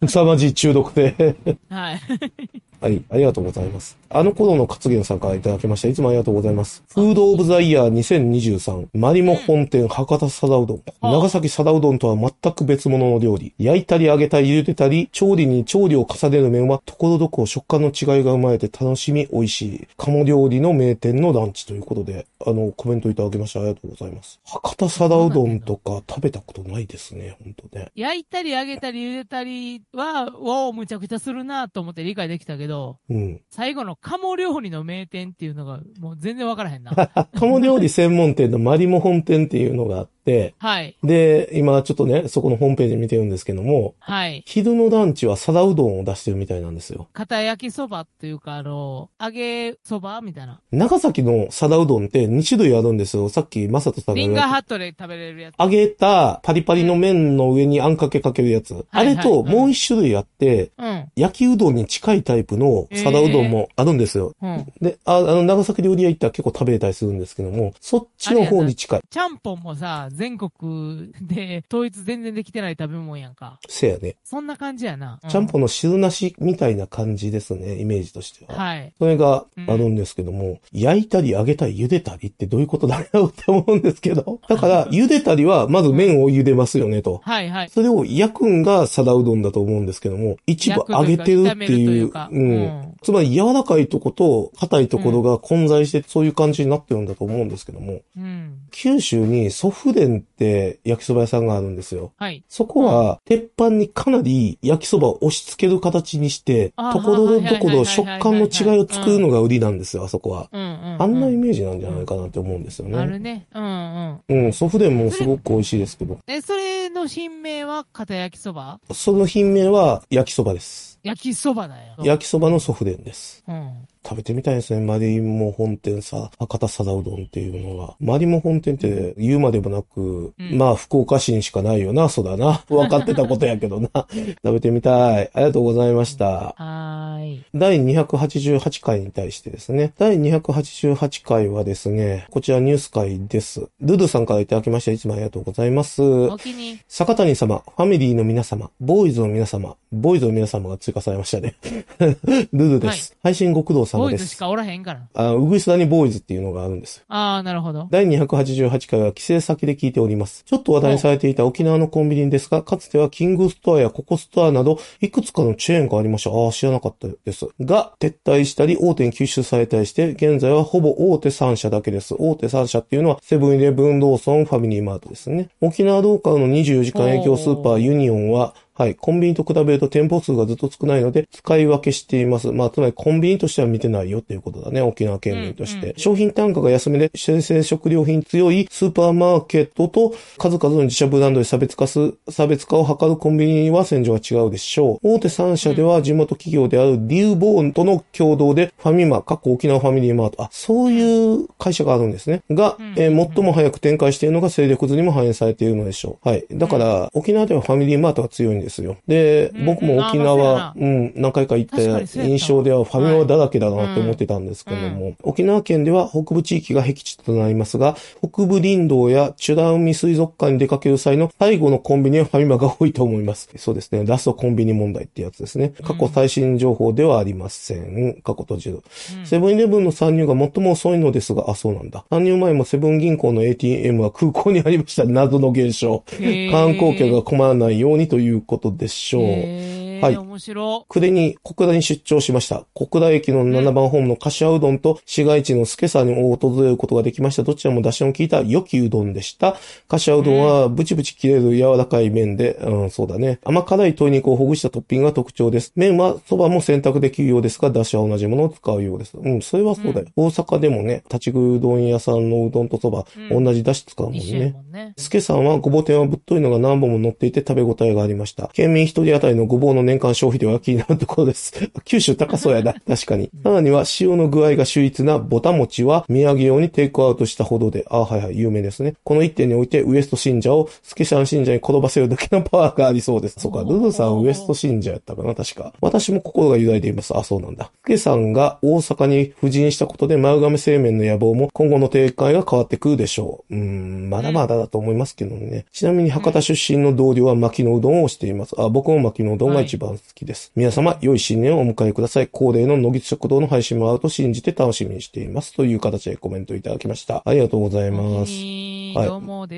Speaker 1: 凄まじい中毒で。
Speaker 2: はい。
Speaker 1: はい、ありがとうございます。あの頃の勝元さんからいただきました。いつもありがとうございます。フードオブザイヤー2023、マリモ本店博多サダうどん。
Speaker 2: あ
Speaker 1: 長崎サダうどんとは全く別物の料理。焼いたり揚げたり茹でたり、調理に調理を重ねる面は、ところどころ食感の違いが生まれて楽しみ、美味しい。鴨料理の名店のランチということで、あの、コメントいただきましてありがとうございます。博多サダうどんとか食べたことないですね、本当ね。
Speaker 2: 焼いたり揚げたり茹でたりは、わお、むちゃくちゃするなと思って理解できたけど、
Speaker 1: うん。
Speaker 2: 最後の鴨料理の名店っていうのが、もう全然わから へんな。
Speaker 1: 鴨料理専門店のマリモ本店っていうのがあって、
Speaker 2: はい。
Speaker 1: で、今ちょっとね、そこのホームページ見てるんですけども、
Speaker 2: はい。
Speaker 1: 昼のランチはサダうどんを出してるみたいなんですよ。
Speaker 2: 片焼きそばっていうか、あの、揚げそばみたいな。
Speaker 1: 長崎のサダうどんって2種類あるんですよ。さっきマサトさんが
Speaker 2: リ
Speaker 1: 言
Speaker 2: ンガー
Speaker 1: わ
Speaker 2: ハ
Speaker 1: れ
Speaker 2: ットで食べれるやつ。
Speaker 1: 揚げたパリパリの麺の上にあんかけかけるやつ。あ
Speaker 2: はいはい
Speaker 1: れともう1種類あって、
Speaker 2: うん。
Speaker 1: 焼きうどんに近いタイプのサダうどんもあるんですよ。
Speaker 2: うん。
Speaker 1: で、ああの、長崎料理屋行ったら結構食べれたりするんですけども、そっちの方に近い。
Speaker 2: ちゃんぽんもさ、全国で統一全然できてない食べ物やんか。
Speaker 1: せやね。
Speaker 2: そんな感じやな。
Speaker 1: ちゃんぽ
Speaker 2: ん。
Speaker 1: んの汁なしみたいな感じですね、イメージとしては。
Speaker 2: はい。
Speaker 1: それが
Speaker 2: うん
Speaker 1: あるんですけども、焼いたり揚げたり茹でたりってどういうことだろうって思うんですけど。 だから、茹でたりは、まず麺を茹でますよねと。
Speaker 2: はいはい。
Speaker 1: それを焼くんがサダうどんだと思うんですけども、一部
Speaker 2: 焼くというか
Speaker 1: 揚げてるっていう、
Speaker 2: 炒
Speaker 1: う。
Speaker 2: めるというん
Speaker 1: つまり柔らかいとこと硬いところが混在してそういう感じになってるんだと思うんですけども、
Speaker 2: うん。うん。
Speaker 1: 九州に祖父伝って焼きそば屋さんがあるんですよ。
Speaker 2: はい。
Speaker 1: そこは、鉄板にかなり焼きそばを押し付ける形にして、
Speaker 2: あー
Speaker 1: ところどころ
Speaker 2: はいはいはいはいはい
Speaker 1: 食感の違いを作るのが売りなんですよ、あそこは。
Speaker 2: うんうん、うん。
Speaker 1: あんなイメージなんじゃないかなって思うんですよ
Speaker 2: ある
Speaker 1: ね。
Speaker 2: ね。うんうん。
Speaker 1: うん、ソフデンもすごく美味しいですけど、
Speaker 2: え、それの新名は片焼きそば
Speaker 1: その品名は焼きそばです。
Speaker 2: 焼きそばだよ。
Speaker 1: 焼きそばのソフデンです。
Speaker 2: うん。
Speaker 1: 食べてみたいですね。マリモ本店さ、博多サダうどんっていうのが。マリモ本店って言うまでもなく、
Speaker 2: うん
Speaker 1: まあ福岡市にしかないよな、そうだな。分かってたことやけ どな。食べてみたい。ありがとうございました。
Speaker 2: はーい。
Speaker 1: 第288回に対してですね。第288回はですね、こちらニュース会です。ルルさんからいただきまして、いつもありがとうございます。
Speaker 2: お気に。
Speaker 1: 坂谷様、ファミリーの皆様、ボーイズの皆様、ボーイズの皆様が追加されましたね。 ルルです、配信ご苦労様
Speaker 2: ボーイ
Speaker 1: で
Speaker 2: ズし
Speaker 1: す。
Speaker 2: かおらへんから。
Speaker 1: あ、うぐいすだにボーイズっていうのがあるんですよ。
Speaker 2: あー、なるほど。
Speaker 1: 第288回は帰省先で聞いております。ちょっと話題にされていた沖縄のコンビニですが、かつてはキングストアやココストアなど、いくつかのチェーンがありました。ああ、知らなかったです。が、撤退したり、大手に吸収されたりして、現在はほぼ大手3社だけです。大手3社っていうのは、セブンイレブン、ローソン、ファミリーマートですね。沖縄ローカルの24時間営業スーパー、
Speaker 2: おー
Speaker 1: ユニオンは、はい。コンビニと比べると店舗数がずっと少ないので、使い分けしています。まあ、つまりコンビニとしては見てないよっていうことだね。沖縄県民として。
Speaker 2: うんうん
Speaker 1: 商品単価が安めで、生鮮食料品に強いスーパーマーケットと、数々の自社ブランドで差別化す、差別化を図るコンビニは戦場が違うでしょう。大手3社では地元企業であるリューボーンとの共同で、ファミマ、かっこ沖縄ファミリーマート、あ、そういう会社があるんですね。が、
Speaker 2: うん
Speaker 1: えー最も早く展開しているのが勢力図にも反映されているのでしょう。はい。だから、沖縄ではファミリーマートが強いんですよ。で
Speaker 2: う、ん
Speaker 1: 僕も沖縄、
Speaker 2: あー
Speaker 1: うん、何回か行っ
Speaker 2: 確かに
Speaker 1: て、
Speaker 2: そうやった
Speaker 1: 印象ではファミマだらけだなって思ってたんですけども、沖縄県では北部地域が僻地となりますが、北部林道や美ら海水族館に出かける際の最後のコンビニはファミマが多いと思います。そうですね。ラストコンビニ問題ってやつですね。過去最新情報ではありません。過去閉じる。
Speaker 2: うん
Speaker 1: セブンイレブンの参入が最も遅いのですが、あ、そうなんだ。参入前もセブン銀行の ATM は空港にありました。謎の現象。
Speaker 2: へー
Speaker 1: 観光客が困らないようにということでしょう。
Speaker 2: へえ
Speaker 1: はい
Speaker 2: 面白。
Speaker 1: 暮れに国大に出張しました。国大駅の7番ホームの柏うどんと市街地のスケサーに訪れることができました。どちらも出汁の効いた良きうどんでした。柏うどんはブチブチ切れる柔らかい麺で、うん、そうだね。甘辛い鶏肉をほぐしたトッピングが特徴です。麺はそばも選択できるようですが、出汁は同じものを使うようです。うん、それはそうだよ。大阪でもね、立ち食いうどん屋さんのうどんとそば、
Speaker 2: うん
Speaker 1: 同じ出汁使うもんね。
Speaker 2: 一緒やもんね。
Speaker 1: スケさんはごぼう天はぶっといのが何本も乗っていて食べ応えがありました。県民一人当たりのごぼうの年間消費量は気になるところです。 九州高そうやな。確かに。さらには塩の具合が秀逸なぼた餅は土産用にテイクアウトしたほどで、あ、はいはい、有名ですね。この一点においてウエスト信者をスケシャン信者に転ばせるだけのパワーがありそうです。そうか、ルルさんウエスト信者やったかな、確か。私も心が揺らいでいます。あ、そうなんだ。スケさんが大阪に赴任したことで丸亀製麺の野望も今後の展開が変わってくるでしょう。うーん、まだまだだと思いますけどね。ちなみに博多出身の同僚は巻きのうどんを推しています。あ、僕も巻きのうどんが一番好きです。皆様、良い新年をお迎えください。恒例の野木食堂の配信もあると信じて楽しみにしています。という形でコメントいただきました。ありがとうございます。
Speaker 2: い
Speaker 1: はい
Speaker 2: どうもで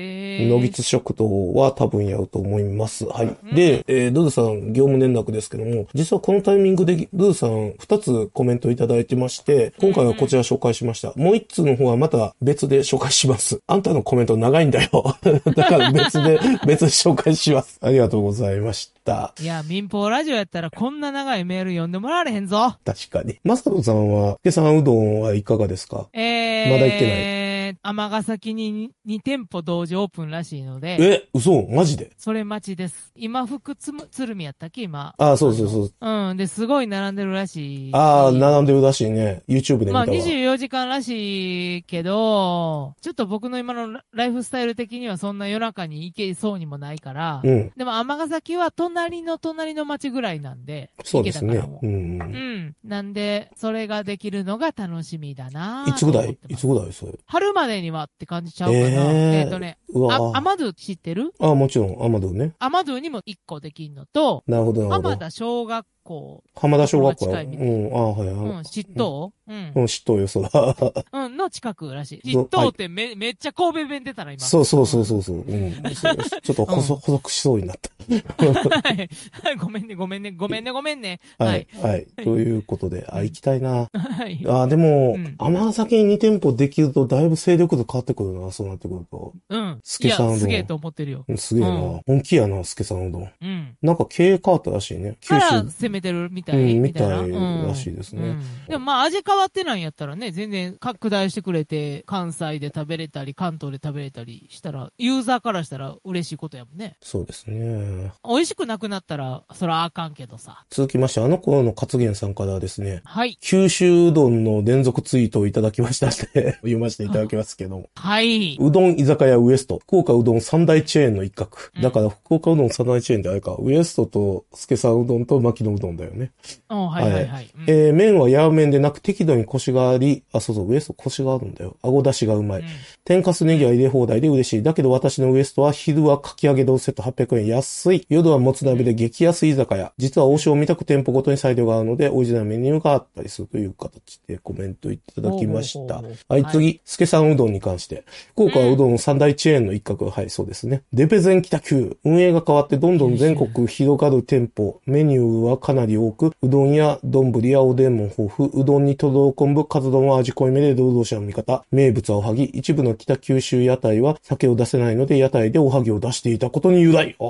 Speaker 1: 野
Speaker 2: ーす。
Speaker 1: 立食堂は多分やると思います。はい。で、えールーさん、業務連絡ですけども、実はこのタイミングでルーさん2つコメントいただいてまして、今回はこちら紹介しました。もう1通の方はまた別で紹介します。 あんたのコメント長いんだよ。 だから別で、 別で紹介します。ありがとうございました。
Speaker 2: いや、民放ラジオやったらこんな長いメール読んでもらわれへんぞ。
Speaker 1: 確かに。マサトさんは、スケさんうどんはいかがですか
Speaker 2: えー、
Speaker 1: まだ行って
Speaker 2: 尼崎に2店舗同時オープンらしいので、
Speaker 1: え、嘘マジで
Speaker 2: それ待ちです。今、福つむ鶴見やったっけ今。
Speaker 1: あそうそうそう。
Speaker 2: うん。で、すごい並んでるらしい。
Speaker 1: ああ、並んでるらしいね。YouTube で見た
Speaker 2: ま
Speaker 1: わ。
Speaker 2: あ、24時間らしいけど、ちょっと僕の今のラライフスタイル的にはそんな夜中に行けそうにもないから、
Speaker 1: うん。
Speaker 2: でも尼崎は隣の隣の町ぐらいなんで、
Speaker 1: そうです
Speaker 2: 行け
Speaker 1: ね
Speaker 2: たからも。
Speaker 1: う
Speaker 2: う。
Speaker 1: んうん。
Speaker 2: ん。なんで、それができるのが楽しみだない
Speaker 1: つぐら
Speaker 2: と思っ
Speaker 1: い
Speaker 2: て
Speaker 1: い
Speaker 2: ます
Speaker 1: つぐらいそれ。
Speaker 2: 春までにはって感じちゃうかな。
Speaker 1: え
Speaker 2: え
Speaker 1: ー
Speaker 2: っ、とね、
Speaker 1: う
Speaker 2: あ、
Speaker 1: わ
Speaker 2: アマドゥ知ってる
Speaker 1: あ、あ、もちろん、アマドゥね。
Speaker 2: アマドゥにも1個できんのと、
Speaker 1: なるほど、な
Speaker 2: ア
Speaker 1: るほど。
Speaker 2: マダ小学校、
Speaker 1: 浜田小学校
Speaker 2: 近
Speaker 1: や。
Speaker 2: いうみたい
Speaker 1: ん、あはい
Speaker 2: うん、
Speaker 1: は
Speaker 2: 嫉妬うん
Speaker 1: い。う。ん、知っとうよ、そら。
Speaker 2: うん、の近くらしい。
Speaker 1: そう
Speaker 2: 筆頭ってめ、めっちゃ神戸弁出たら今。
Speaker 1: そうそうそうそうそう。うん。そうちょっと補
Speaker 2: う
Speaker 1: 足補足しそうになっ
Speaker 2: はい。はいごめんね、ごめんね、ごめんね、ごめんね。
Speaker 1: た。は
Speaker 2: はいい。
Speaker 1: はい。ということで、あ、行きたいな。
Speaker 2: はい。
Speaker 1: あ、でも
Speaker 2: うん、
Speaker 1: 甘崎に2店舗できると、だいぶ勢力図変わってくるな、そうなってくると。
Speaker 2: うん。
Speaker 1: ス
Speaker 2: い
Speaker 1: ケ
Speaker 2: や
Speaker 1: さんの、
Speaker 2: すげえと思ってるよ。
Speaker 1: うんすげえな
Speaker 2: うん。
Speaker 1: 本気やな、スケさんうどん。
Speaker 2: うん。
Speaker 1: なんか経営変わったらしいね。九
Speaker 2: から
Speaker 1: 州。
Speaker 2: 攻めてるみた
Speaker 1: う
Speaker 2: い。
Speaker 1: ん
Speaker 2: みたい
Speaker 1: み
Speaker 2: な。
Speaker 1: たい
Speaker 2: うん
Speaker 1: らしいですね
Speaker 2: うんでもまあ味変わってないんやったらね、全然拡大してくれて、関西で食べれたり、関東で食べれたりしたら、ユーザーからしたら嬉しいことやもんね。
Speaker 1: そうですね。
Speaker 2: 美味しくなくなったら、そらあかんけどさ。
Speaker 1: 続きまして、あの頃の勝元さんからですね、
Speaker 2: はい。
Speaker 1: 九州うどんの連続ツイートをいただきましたので、 読ませていただきますけども。
Speaker 2: はい。
Speaker 1: うどん居酒屋ウエスト。福岡うどん三大チェーンの一角
Speaker 2: う。ん
Speaker 1: だから福岡うどん三大チェーンであれか、ウエストとスケさんうどんと牧野うどんだよね。
Speaker 2: うん、はいはいはい。うん
Speaker 1: えー、麺はヤー麺でなく適度にコシがあり、あ、そうそう、ウエストコシがあるんだよ。顎出しがうまい。天かすネギは入れ放題で嬉しい。だけど私のウエストは昼はかき揚げ丼セット800円安い。夜はもつ鍋で激安居酒屋。実は王将を見たく店舗ごとに裁量があるので、オリジナルメニューがあったりするという形でコメントいただきました。
Speaker 2: ほうほうほうほう
Speaker 1: はい、次、スケさんうどんに関して。福岡はうどんの三大チェーンの一角、はい、そうですね。デペゼン北九。運営が変わってどんどん全国広がる店舗。メニューはかなり多く、うどんや丼やおでんも豊富。うどんにとどろ昆布、カツ丼は味濃いめで労働者の味方。名物はおはぎ。一部の北九州屋台は酒を出せないので、屋台でおはぎを出していたことに由来。あ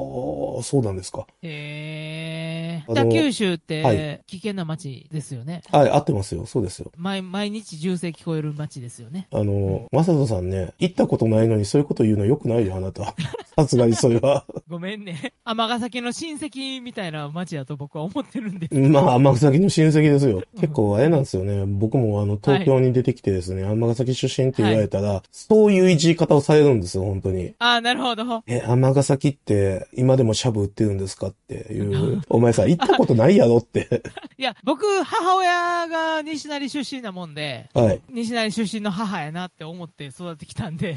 Speaker 1: あ、そうなんですか。
Speaker 2: へ
Speaker 1: あの
Speaker 2: ー。北九州っ
Speaker 1: はい
Speaker 2: て、危険な街ですよね。
Speaker 1: はい、合ってますよ。そうですよ。
Speaker 2: 毎毎日銃声聞こえる街ですよね。
Speaker 1: あの、マサトさんね、行ったことないのにそういうこと言うの良くないよ、あなた。さすがにそれは。
Speaker 2: ごめんね。尼崎の親戚みたいな街だと僕は思ってるんで。
Speaker 1: まあ、尼崎の親戚ですよ。結構あれなんですよね。僕もあの、東京に出てきてですね、尼崎出身って言われたら、そういういじり方をされるんですよ、本当に。
Speaker 2: ああ、なるほど。
Speaker 1: え、尼崎って、今でもシャブ売ってるんですかって いう。お前さ、行ったことないやろ って。
Speaker 2: いや、僕、母親が西成出身なもんで、
Speaker 1: はい。
Speaker 2: 西成出身の母やなって思って育ってきた んで、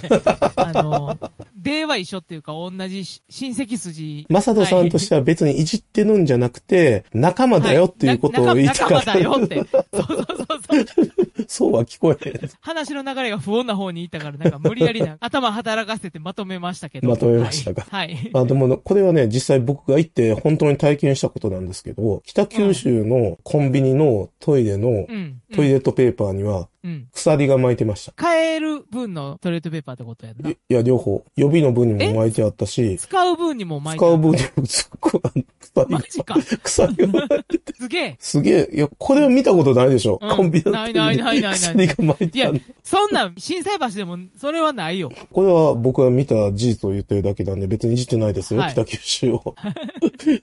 Speaker 2: あの、出は一緒っていうか、同じし親戚筋。
Speaker 1: マサトさんとしては別にいじってるんじゃなくて、仲間だよっていうことを
Speaker 2: は
Speaker 1: 言い
Speaker 2: な
Speaker 1: たかった。
Speaker 2: 仲間だよって。そうそうそう
Speaker 1: そうは聞こえへん。
Speaker 2: 話の流れが不穏な方に行ったから、なんか無理やりな、頭働かせてまとめましたけど。
Speaker 1: まとめましたか
Speaker 2: はい。はい
Speaker 1: あ、でも、これはね、実際僕が行って本当に体験したことなんですけど、北九州のコンビニのトイレの
Speaker 2: うん。
Speaker 1: トイレットペーパーには
Speaker 2: うん。うん。
Speaker 1: 鎖が巻いてました。。
Speaker 2: 買える分のトイレットペーパーってことやんない
Speaker 1: いや、両方。予備の分にも巻いてあったし、
Speaker 2: 使う分にも
Speaker 1: 使
Speaker 2: 毎
Speaker 1: う分にもすっごい鎖
Speaker 2: マ
Speaker 1: が、
Speaker 2: ジか。
Speaker 1: 鎖が 巻いて
Speaker 2: すげえ。
Speaker 1: すげえ。いや、これは見たことないでしょ。
Speaker 2: うん
Speaker 1: コンビニのトイレ
Speaker 2: ない
Speaker 1: に
Speaker 2: ないないない
Speaker 1: 鎖が巻い
Speaker 2: い
Speaker 1: てあ
Speaker 2: や
Speaker 1: る。、
Speaker 2: そんなん、震災橋でも、それはないよ。
Speaker 1: これは僕が見た事実を言ってるだけなんで別にいじってないですよ、
Speaker 2: はい
Speaker 1: 北九州を。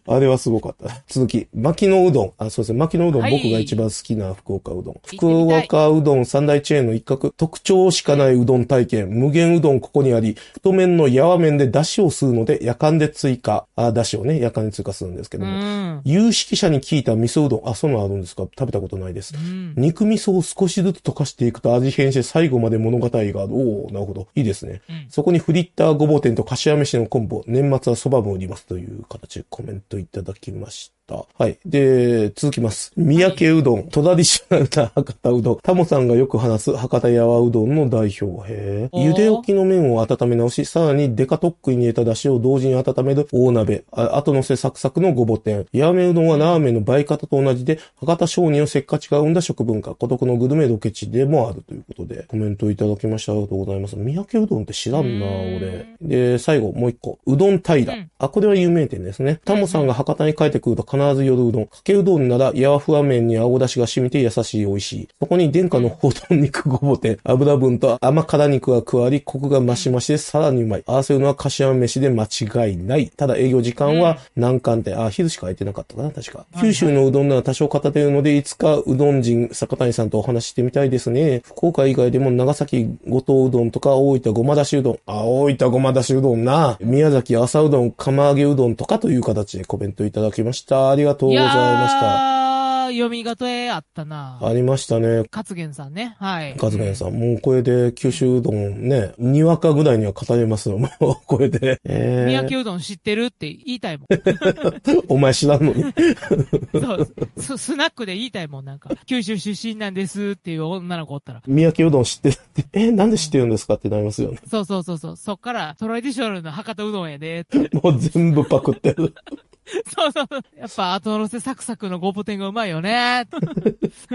Speaker 1: あれはすごかった。続き、牧野うどん。あ、そうですね。牧野うどん、
Speaker 2: はい
Speaker 1: 僕が一番好きな福岡うどん。
Speaker 2: み
Speaker 1: 福
Speaker 2: たい
Speaker 1: 岡うどん三大チェーンの一角、特徴しかないうどん体験、無限うどんここにあり、太麺のやわ麺で出汁を吸うので、夜間で追加、あ、出汁をね、夜間で追加するんですけ
Speaker 2: う
Speaker 1: ども。
Speaker 2: ん。
Speaker 1: 有識者に聞いた味噌うどん、あ、そんなのあるんですか食べたことないです
Speaker 2: う。ん。
Speaker 1: 肉味噌を少しずつ溶かしていくと味変して最後まで物語がある。おーなるほど。いいですね。
Speaker 2: うん
Speaker 1: そこにフリッターごぼう天とかしわ飯のコンボ。年末は蕎麦も売りますという形でコメントいただきました。はい。で、続きます。三宅うどん、トラディショナルな博多うどん、タモさんがよく話す博多やわうどんの代表。へ
Speaker 2: お
Speaker 1: え。
Speaker 2: ー
Speaker 1: 茹で置きの麺を温め直し、さらにデカトックに入れた出汁を同時に温める大鍋。あ後乗せサクサクのごぼ天。やめうどんはラーメンの倍方と同じで、博多商人をせっかちが生んだ食文化、孤独のグルメロケ地でもあるということで、コメントいただきました。ありがとうございます。三宅うどんって知らんな、
Speaker 2: うーん
Speaker 1: 俺。で、最後、もう一個。うどん平。
Speaker 2: うん
Speaker 1: あ、これは有名店ですね。タモさんが博多に帰ってくると必ず夜うどん。かけうどんなら、やわふわ麺に青だしが染みて優しい美味しい。そこに殿下のほうとん肉ごぼて、油分と甘辛肉が加わり、コクが増し増しでさらにうまい。合わせるのはかしわ飯で間違いない。ただ営業時間は難関で、あ、昼しか空いてなかったかな、確か。
Speaker 2: はい
Speaker 1: 九州のうどんなら多少片手るので、いつかうどん人、坂谷さんとお話ししてみたいですね。福岡以外でも長崎五島うどんとか大分ごまだしうどん。あ、大分ごまだしうどんな。宮崎朝うどん、釜揚げうどんとかという形でコメントいただきました。ありがとう
Speaker 2: い
Speaker 1: ござい
Speaker 2: や
Speaker 1: ました。
Speaker 2: ー、読み方えあったな。
Speaker 1: ありましたね。
Speaker 2: 勝元さんね。はい。
Speaker 1: カズガヤさん、もうこれで九州うどんね、にわかぐらいには語れますよ、も うこれで。
Speaker 2: うん
Speaker 1: え
Speaker 2: 三
Speaker 1: え
Speaker 2: 宅うどん知ってるって言いたいもん。
Speaker 1: お前知らんのに。
Speaker 2: そう、ススナックで言いたいもん、なんか。九州出身なんですっていう女の子おったら。
Speaker 1: 三宅うどん知ってるって、え、なんで知ってるんですかってなりますよね。
Speaker 2: そうそうそうそう。そっから、トラディショナルの博多うどんやでって。
Speaker 1: もう全部パクって る。
Speaker 2: そうそうそう。 やっぱ後乗せサクサクのごぼ天がうまいよね。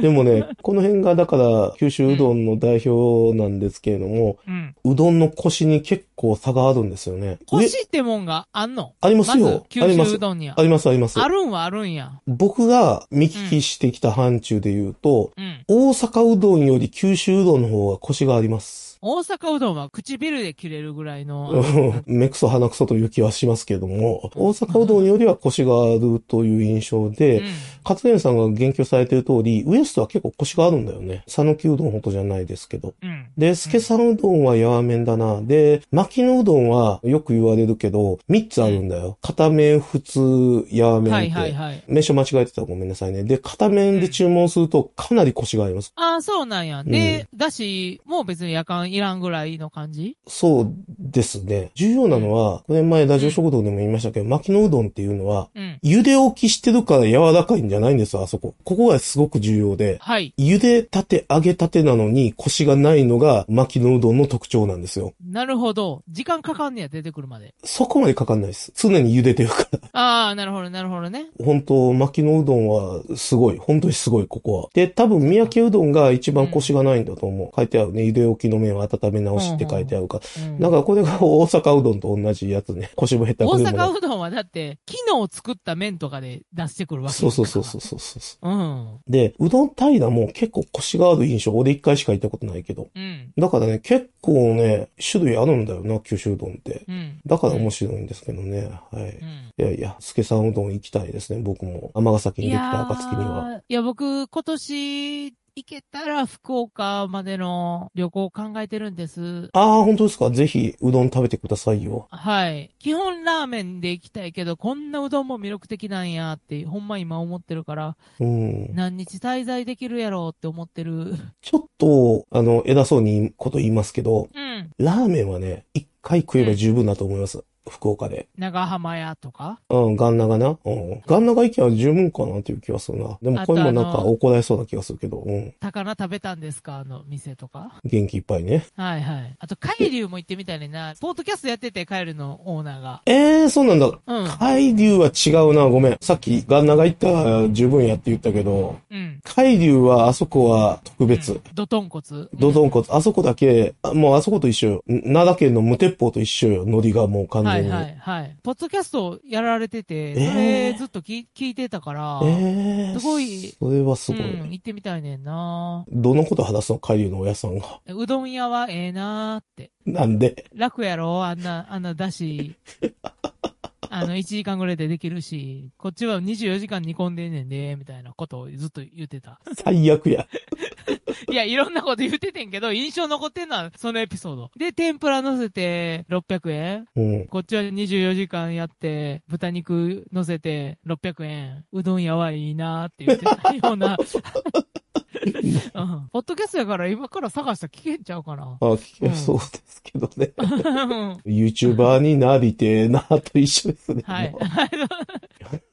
Speaker 1: でもね、この辺がだから九州うどんの代表なんですけれども、
Speaker 2: うん。
Speaker 1: うどんの腰に結構差があるんですよね。
Speaker 2: 欲
Speaker 1: え
Speaker 2: しいってもんがあんの
Speaker 1: あります
Speaker 2: ま
Speaker 1: よ。
Speaker 2: ず、九
Speaker 1: ありま
Speaker 2: 州
Speaker 1: す
Speaker 2: う。どんには
Speaker 1: あ。ります、あります。
Speaker 2: あるんはあるんや。
Speaker 1: 僕が見聞きしてきた範疇で言うと、
Speaker 2: うん。
Speaker 1: 大阪うどんより九州うどんの方が腰があります。
Speaker 2: 大阪うどんは唇で切れるぐらいの。
Speaker 1: うん目くそ鼻くそという気はしますけれども、大阪うどんよりは腰があるという印象
Speaker 2: う
Speaker 1: で、
Speaker 2: ん。
Speaker 1: 勝元さんが言及されてる通り、ウエストは結構腰があるんだよね。讃岐うどんほどじゃないですけど。
Speaker 2: うん。
Speaker 1: で、スケさんうどんはやわ麺だな。で、巻きのうどんはよく言われるけど、3つあるんだよ。片面、普通、やわ麺っ
Speaker 2: は
Speaker 1: て。
Speaker 2: いはいはい。
Speaker 1: 名称間違えてたらごめんなさいね。で、片面で注文するとかなり腰があります。
Speaker 2: ああ、そうなんや。で、だし、もう別に夜間いらんぐらいの感じ
Speaker 1: そうですね。重要なのは、これ前ラジオ食堂でも言いましたけど、巻きのうどんっていうのは、
Speaker 2: うん。
Speaker 1: 茹で置きしてるから柔らかいんじゃないんですよ、あそこ。ここがすごく重要で。
Speaker 2: はい。
Speaker 1: 茹でたて揚げたてなのに腰がないのが巻きのうどんの特徴なんですよ。
Speaker 2: なるほど。時間かかんねや、出てくるまで。
Speaker 1: そこまでかかんないです。常に茹でてるから。
Speaker 2: ああ、なるほど、なるほどね。
Speaker 1: 本当巻きのうどんはすごい。本当にすごい、ここは。で、多分、三宅うどんが一番腰がないんだと思う。書いてあるね。茹で置きの麺を温め直しって書いてあるから。
Speaker 2: うん
Speaker 1: だからこれが大阪うどんと同じやつね。腰も減った
Speaker 2: 大
Speaker 1: くでもな
Speaker 2: 阪
Speaker 1: く。
Speaker 2: うどんはだって、機能を作った麺とかで出してくるわけ。
Speaker 1: そうそうそうそううそうそう。
Speaker 2: うん。
Speaker 1: で、うどん平も結構腰がある印象。俺一回しか行ったことないけど。
Speaker 2: うん。
Speaker 1: だからね、結構ね、種類あるんだよな、九州うどんって。
Speaker 2: うん。
Speaker 1: だから面白いんですけどね。はい。
Speaker 2: うん。
Speaker 1: いやいや、スケさんうどん行きたいですね、僕も。尼崎に
Speaker 2: い
Speaker 1: でき
Speaker 2: や
Speaker 1: た暁には。
Speaker 2: ーいや、僕、今年、行けたら福岡までの旅行を考えてるんです。
Speaker 1: ああ、本当ですかぜひ、うどん食べてくださいよ。
Speaker 2: はい。基本ラーメンで行きたいけど、こんなうどんも魅力的なんやって、ほんま今思ってるから、
Speaker 1: うん。
Speaker 2: 何日滞在できるやろうって思ってる。
Speaker 1: ちょっと、あの、偉そうにこと言いますけど、
Speaker 2: うん。
Speaker 1: ラーメンはね、一回食えば十分だと思います。福岡で。
Speaker 2: 長浜屋とか
Speaker 1: うん、ガンナがな。うん。ガンナが行けば十分かなっていう気はするな。でもこれもなん
Speaker 2: あと
Speaker 1: か
Speaker 2: あの
Speaker 1: 怒られそうな気がするけど、うん。
Speaker 2: 高菜食べたんですかあの店とか。
Speaker 1: 元気いっぱいね。
Speaker 2: はいはい。あと、海流も行ってみたいねんな。ポートキャストやってて、海流のオーナーが。
Speaker 1: えー、そうなんだ。
Speaker 2: うん。
Speaker 1: 海流は違うな、ごめん。さっきガンナが行ったら十分やって言ったけど、
Speaker 2: うん。
Speaker 1: 海流はあそこは特別。
Speaker 2: うんドトンコツ。
Speaker 1: ドドンコツ、あそこだけ、あもうあそこと一緒よ。ん奈良県の無鉄砲と一緒よ。ノリがもう完
Speaker 2: は
Speaker 1: 全
Speaker 2: い
Speaker 1: に。
Speaker 2: はいはい。ポッドキャストやられてて、
Speaker 1: えー
Speaker 2: それずっとき聞いてたから、
Speaker 1: えー、
Speaker 2: すごい
Speaker 1: それはすごい。
Speaker 2: うん、行ってみたいねんな。
Speaker 1: どのこと話すの海流のおやさんが。
Speaker 2: うどん屋はええなーって。
Speaker 1: なんで。
Speaker 2: 楽やろあんな、あんな だし。あの、1時間ぐらいでできるし、こっちは24時間煮込んでんねんで、みたいなことをずっと言ってた。
Speaker 1: 最悪や。
Speaker 2: いや、いろんなこと言っててんけど、印象残ってんのはそのエピソード。で、天ぷら乗せて600円。
Speaker 1: うん。
Speaker 2: こっちは24時間やって、豚肉乗せて600円。うどんやはいいなーって言って たような。 うん。ポッドキャストやから今から探したら聞けんちゃうかな。
Speaker 1: あ、聞け
Speaker 2: うん
Speaker 1: そうですけどね。
Speaker 2: うん
Speaker 1: ユーチューバーになりてえなと一緒ですね。
Speaker 2: はい。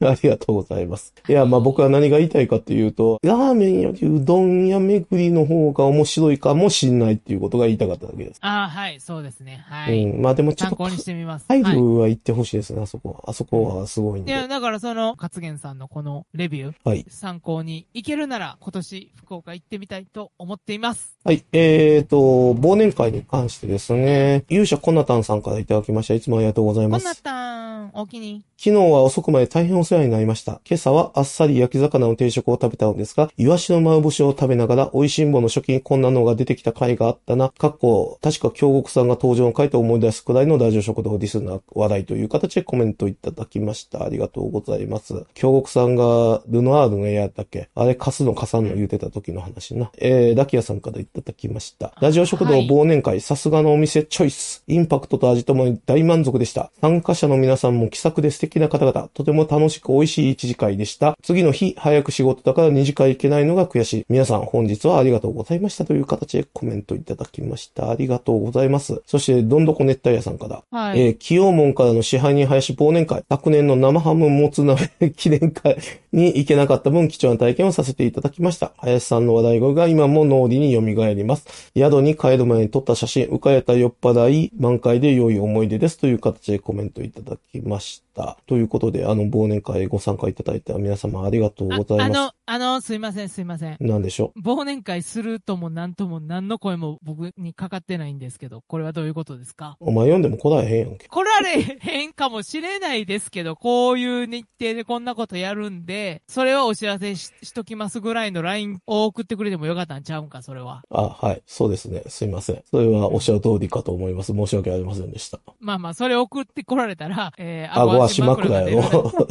Speaker 1: ありがとうございます。いや、まあ僕は何が言いたいかというと、ラーメンよりうどん屋巡りの方が面白いかもしんないっていうことが言いたかっただけです。
Speaker 2: ああ、はい、そうですね。はい。
Speaker 1: うん。まあでもちょっ
Speaker 2: 参
Speaker 1: と、
Speaker 2: 考にしてみます。
Speaker 1: 配
Speaker 2: はい。
Speaker 1: 慮は行ってほしいですね、あそこは。あそこはすごいん
Speaker 2: い
Speaker 1: で。
Speaker 2: や、だからその、勝元さんのこのレビュー、
Speaker 1: はい。
Speaker 2: 参考に行けるなら今年福岡行ってみたいと思っています。
Speaker 1: はい。えーと、忘年会に関してですね、勇者コナタンさんからいただきました。いつもありがとうござい
Speaker 2: こ
Speaker 1: ま
Speaker 2: んな
Speaker 1: す。
Speaker 2: ったん、お気に。
Speaker 1: 昨日は遅くまで大変お世話になりました。今朝はあっさり焼き魚の定食を食べたのですが、イワシの丸干しを食べながら、美味しんぼの初期にこんなのが出てきた回があったな。かっこ、確か京極さんが登場の回と思い出すくらいのラジオ食堂ディスな話題という形でコメントいただきました。ありがとうございます。京極さんが、ルノアールの絵やったっけあれ、貸すの貸さんの言うてた時の話な。えー、ラキアさんからいただきました。ラジオ食堂
Speaker 2: はい
Speaker 1: 忘年会、さすがのお店チョイス。インパクトと味ともに大満足でした。参加者の皆さんも気さくで素敵な方々、とても楽しく美味しい一次会でした。次の日、早く仕事だから二次会行けないのが悔しい。皆さん本日はありがとうございましたという形でコメントいただきました。ありがとうございます。そして、どんどこ熱帯夜さんから、
Speaker 2: はい。
Speaker 1: えー、清門からの支配人林忘年会、昨年の生ハムもつ鍋記念会に行けなかった分貴重な体験をさせていただきました。林さんの話題語が今も脳裏に蘇ります。宿に帰る前に撮った写真、浮かれた酔っ払い、満開で良い思い出ですという形でコメントいただきました。ということで、あの忘年会ご参加いただいた皆様ありがとう
Speaker 2: あ
Speaker 1: ござ
Speaker 2: あ
Speaker 1: います。
Speaker 2: の、あの、すいません、すいません。
Speaker 1: なんでしょ
Speaker 2: 忘年会するとも何とも何の声も僕にかかってないんですけど、これはどういうことですか
Speaker 1: うお前読んでも来られへんやんけ。
Speaker 2: 来られへんかもしれないですけど、こういう日程でこんなことやるんで、それはお知らせししときますぐらいの LINE を送ってくれてもよかったんちゃうんか、それは。
Speaker 1: あ、はい。そうですね。すいません。それはおっしゃる通りかと思います。申し訳ありませんでした。
Speaker 2: まあまあ、それ送って来られたら、えー、
Speaker 1: 顎足枕や
Speaker 2: が
Speaker 1: ろ。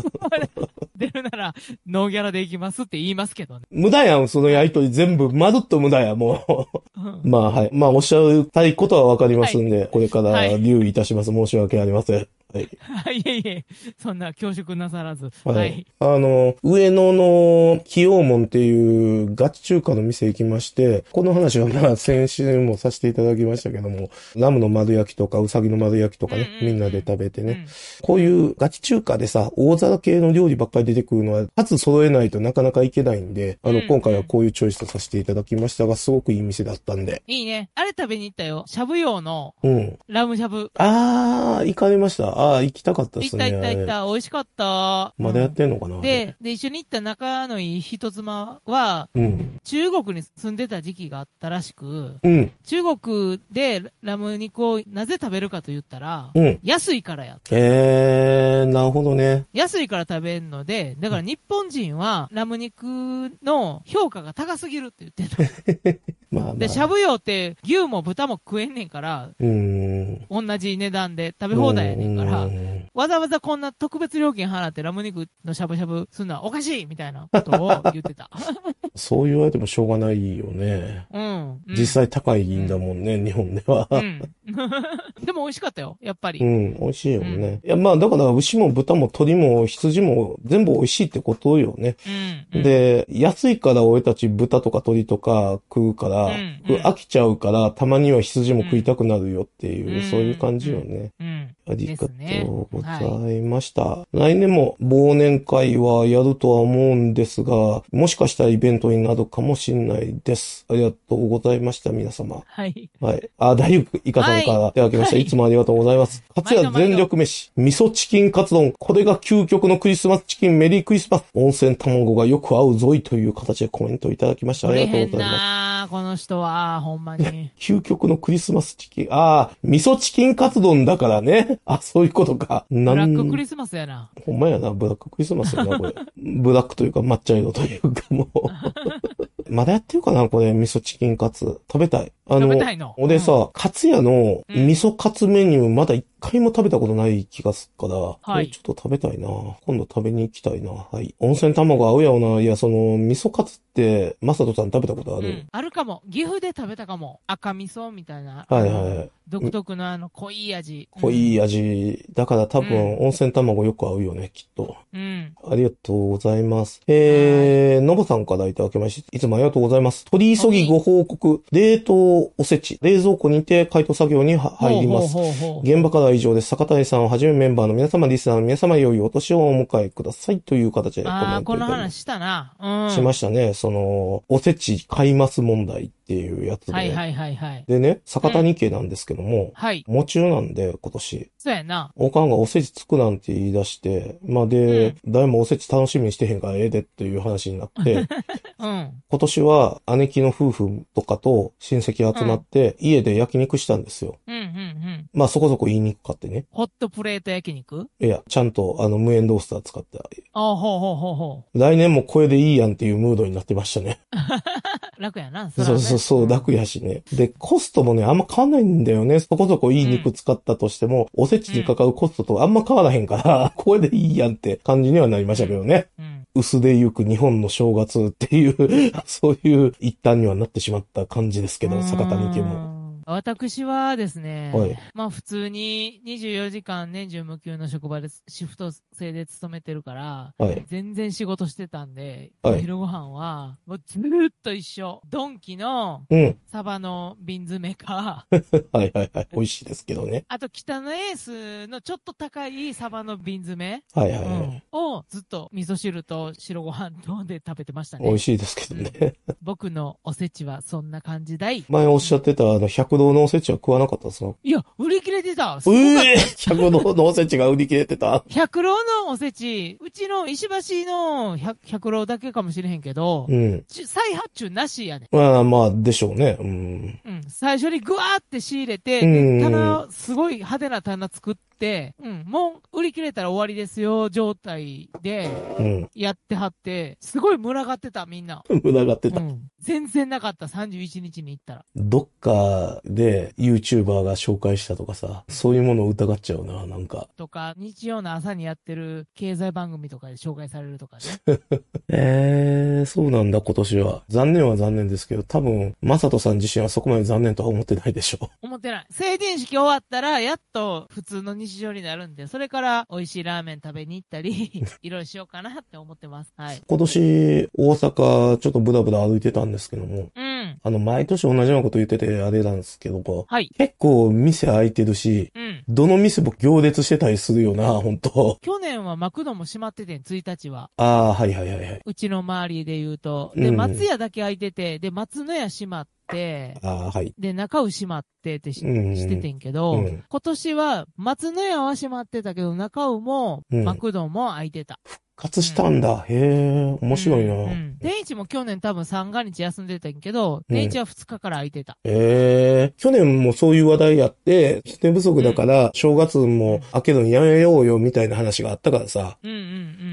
Speaker 2: 出るなら、ノーギャラで行きますって言いますけどね。
Speaker 1: 無駄やん、そのやりとり全部、まるっと無駄や、も
Speaker 2: うん
Speaker 1: う。ま あ、はい。まあ、おっしゃりたいことはわかりますんで、これから留意いたします。申し訳ありません。はい。
Speaker 2: いえいえ、そんな恐縮なさらず。
Speaker 1: はい。
Speaker 2: はい。
Speaker 1: あの、上野の清門っていうガチ中華の店行きまして、この話はまあ先週もさせていただきましたけども、ラムの丸焼きとかウサギの丸焼きとかね、
Speaker 2: うんうんう
Speaker 1: み
Speaker 2: ん
Speaker 1: んなで食べてね、こういうガチ中華でさ、大皿系の料理ばっかり出てくるのは、数揃えないとなかなかいけないんで、あの、
Speaker 2: うん
Speaker 1: 今回はこういうチョイスとさせていただきましたが、すごくいい店だったんで。
Speaker 2: うん。いいね。あれ食べに行ったよ。しゃぶ用の
Speaker 1: うん。
Speaker 2: ラムしゃぶ。
Speaker 1: あー、行かれました。あー、行きたかったで
Speaker 2: 行
Speaker 1: す
Speaker 2: っ
Speaker 1: ね。
Speaker 2: た行った行っ
Speaker 1: あれ
Speaker 2: た。美味しかった。
Speaker 1: まだやってんのかな、
Speaker 2: で、で、一緒に行った仲のいい人妻は、
Speaker 1: うん。
Speaker 2: 中国に住んでた時期があったらしく、
Speaker 1: うん。
Speaker 2: 中国でラム肉をなぜ食べるかと言ったら、
Speaker 1: うん。
Speaker 2: 安いからや。
Speaker 1: えー、なるほどね。
Speaker 2: 安いから食べんので、だから日本人はラム肉の評価が高すぎるって言ってた。
Speaker 1: まあ、まあ。
Speaker 2: で、しゃぶ用って牛も豚も食えんねんから、
Speaker 1: うーん。
Speaker 2: 同じ値段で食べ放題やねんから
Speaker 1: う、ん
Speaker 2: わざわざこんな特別料金払ってラム肉のしゃぶしゃぶするのはおかしいみたいなことを言っ てた。
Speaker 1: そう言われてもしょうがないよね。
Speaker 2: うん。うん
Speaker 1: 実際高いんだもんね、日本では。
Speaker 2: うん。 でも美味しかったよ、やっぱり。
Speaker 1: うん、美味しいよね。いや、まあ、だから、牛も豚も鳥も羊も全部美味しいってことよね。
Speaker 2: うん。うん、
Speaker 1: で、安いから俺たち豚とか鳥とか食うから、
Speaker 2: うんうん
Speaker 1: 飽きちゃうから、たまには羊も食いたくなるよっていう、
Speaker 2: うん
Speaker 1: そういう感じよね。
Speaker 2: うん。
Speaker 1: ありがとうござ
Speaker 2: ですね
Speaker 1: いました。来年も忘年会はやるとは思うんですが、もしかしたらイベントになるかもしれないです。ありがとうございました、皆様。
Speaker 2: はい。
Speaker 1: はい。あ、大福イカさんからいただきました。
Speaker 2: はい
Speaker 1: い、つもありがとうございます。かつや全力飯、味噌チキンカツ丼、これが究極のクリスマスチキンメリークリスマス、温泉卵がよく合うぞいという形でコメントいただきました。あ
Speaker 2: 取
Speaker 1: り
Speaker 2: れ
Speaker 1: がと
Speaker 2: へ
Speaker 1: うんございます。
Speaker 2: なーこの人は、ほんまに。
Speaker 1: 究極のクリスマスチキン。ああ、味噌チキンカツ丼だからね。 あ、そういうことか。な
Speaker 2: ブ
Speaker 1: ん
Speaker 2: ラッククリスマスやな。
Speaker 1: ほんまやな、ブラッククリスマスや な、これ。ブラックというか抹茶色というかも う。まだやってるかな、これ、味噌チキンカツ。食べたい。あ
Speaker 2: 食
Speaker 1: の
Speaker 2: べ、たいの。
Speaker 1: 俺さ、
Speaker 2: うん、
Speaker 1: カツヤの
Speaker 2: うん
Speaker 1: 味噌カツメニューまだ一回も食べたことない気がするから、これ
Speaker 2: い
Speaker 1: ちょっと食べたいな。今度食べに行きたいな。はい。温泉卵合うやろな。いや、その、味噌カツって、マサトさん食べたことあ
Speaker 2: う
Speaker 1: る、
Speaker 2: ん、あるかも。岐阜で食べたかも。赤味噌みたいな。
Speaker 1: はいはいはい。
Speaker 2: 独特のあの濃い味。
Speaker 1: 濃い味。だから多分、温泉卵よく合うよね、きっと。
Speaker 2: うん。うん。
Speaker 1: ありがとうございます。えー、のぼさんからいただきまして、いつもありがとうございます。取り急ぎご報告、冷凍おせち、冷蔵庫にて解凍作業には入ります。
Speaker 2: ほうほうほうほう
Speaker 1: 現場からは以上です。坂谷さんをはじめメンバーの皆様、リスナーの皆様、良いお年をお迎えくださいという形でコメントいた
Speaker 2: あ
Speaker 1: だ
Speaker 2: あ、
Speaker 1: き
Speaker 2: この
Speaker 1: ま
Speaker 2: 話したな。うん。
Speaker 1: すしま
Speaker 2: し
Speaker 1: したね。その、おせち買います問題っていうやつで。
Speaker 2: はいはいはいはい。
Speaker 1: でね、坂谷家なんですけども、
Speaker 2: はい。
Speaker 1: 喪中なんで、今年。
Speaker 2: そうやな。
Speaker 1: おかんがおせちつくなんて言い出して、まあで、誰もおせち楽しみにしてへんからええでっていう話にな って、
Speaker 2: うん。
Speaker 1: 今年は姉貴の夫婦とかと親戚集まって、家で焼肉したんですよ。
Speaker 2: うんうんうん。
Speaker 1: まあそこそこ言いにくかってね。
Speaker 2: ホットプレート焼肉
Speaker 1: いや、ちゃんとあの無塩ロースター使って、
Speaker 2: ああ、ほうほうほうほ
Speaker 1: 来年もこれでいいやんっていうムードになってましたね。
Speaker 2: う。楽やな、
Speaker 1: そうそうそう、楽やしね。で、コストもね、あんま変わんないんだよね。そこそこいい肉使ったとしても、おせちにかかるコストとあんま変わらへんから、これでいいやんって感じにはなりましたけどね。
Speaker 2: や。うん。
Speaker 1: 薄でゆく日本の正月っていう、そういう一端にはなってしまった感じですけ
Speaker 2: う
Speaker 1: ど、
Speaker 2: ん
Speaker 1: 坂谷家も。。
Speaker 2: 私はですね、
Speaker 1: はい。
Speaker 2: まあ普通に24時間年中無休の職場でシフト制で勤めてるから、
Speaker 1: はい。
Speaker 2: 全然仕事してたんで、
Speaker 1: はい
Speaker 2: お昼ご飯は、もうずーっと一緒。ドンキの
Speaker 1: うん。
Speaker 2: サバの瓶詰めか、
Speaker 1: はいはいはい。美味しいですけどね。
Speaker 2: あと北のエースのちょっと高いサバの瓶詰め、
Speaker 1: はいはい、
Speaker 2: う
Speaker 1: はい
Speaker 2: ん、をずっと味噌汁と白ご飯とで食べてました
Speaker 1: 美
Speaker 2: ね
Speaker 1: 味。しいですけどね。
Speaker 2: 僕のおせちはそんな感じだい。
Speaker 1: 前おっしゃってた、あの、百道のおせちは食わなかったですか
Speaker 2: いや、売り切れてたす
Speaker 1: う
Speaker 2: ごかった
Speaker 1: え百道のおせちが売り切れてた。
Speaker 2: 百郎のおせち、うちの石橋の百百郎だけかもしれへんけど、
Speaker 1: うん。
Speaker 2: ちゅ再発注なしやね
Speaker 1: まあまあ、でしょうね。うん。
Speaker 2: ん。うん。最初にぐわーって仕入れて、
Speaker 1: うん
Speaker 2: 棚を、すごい派手な棚作って、うん、もう売り切れたら終わりですよ、状態で
Speaker 1: うん。
Speaker 2: やってはって、すごい群がってた、みんな。
Speaker 1: 群がって
Speaker 2: う
Speaker 1: た。
Speaker 2: ん。全然なかった、31日に行ったら。
Speaker 1: どっかで YouTuber が紹介したとかさ、そういうものを疑っちゃうな、なんか。
Speaker 2: とか、日曜の朝にやってる経済番組とかで紹介されるとかね。
Speaker 1: ええそうなんだ、今年は。残念は残念ですけど、多分、マサトさん自身はそこまで残念とは思ってないでしょ
Speaker 2: 思ってない。成人式終わったら、やっと普通の日常になるんで、それから美味しいラーメン食べに行っ たり、いろいろしようかなって思ってます。はい。
Speaker 1: う。 今年、大阪、ちょっとブラブラ歩いてたんですけども、
Speaker 2: うん。
Speaker 1: あの、毎年同じようなこと言ってて、あれなんですけど、
Speaker 2: はい。
Speaker 1: 結構店開いてるし、
Speaker 2: うん。
Speaker 1: どの店も行列してたりするよな、 本当
Speaker 2: 去年はマクドも閉まっててん、1日は。
Speaker 1: ああ、はいはいはいはい。
Speaker 2: うちの周りで言うと。
Speaker 1: う
Speaker 2: で、
Speaker 1: ん
Speaker 2: 松屋だけ開いてて、で、松の屋閉まって、
Speaker 1: ああ、はい。
Speaker 2: で、中尾閉まってってし,、
Speaker 1: うん
Speaker 2: ててんけど、
Speaker 1: うん
Speaker 2: 今年は松の屋は閉まってたけど、中尾も、
Speaker 1: うん
Speaker 2: マクドも開いてた。
Speaker 1: 勝したんだ。へえ、面白いな。
Speaker 2: うんうん天一も去年多分三が日休んでたんけど、
Speaker 1: うん
Speaker 2: 天一は2日から空いてた。
Speaker 1: ええ去年もそういう話題やって、人手不足だから、正月も明けるのやめようよみたいな話があったからさ。
Speaker 2: うんうん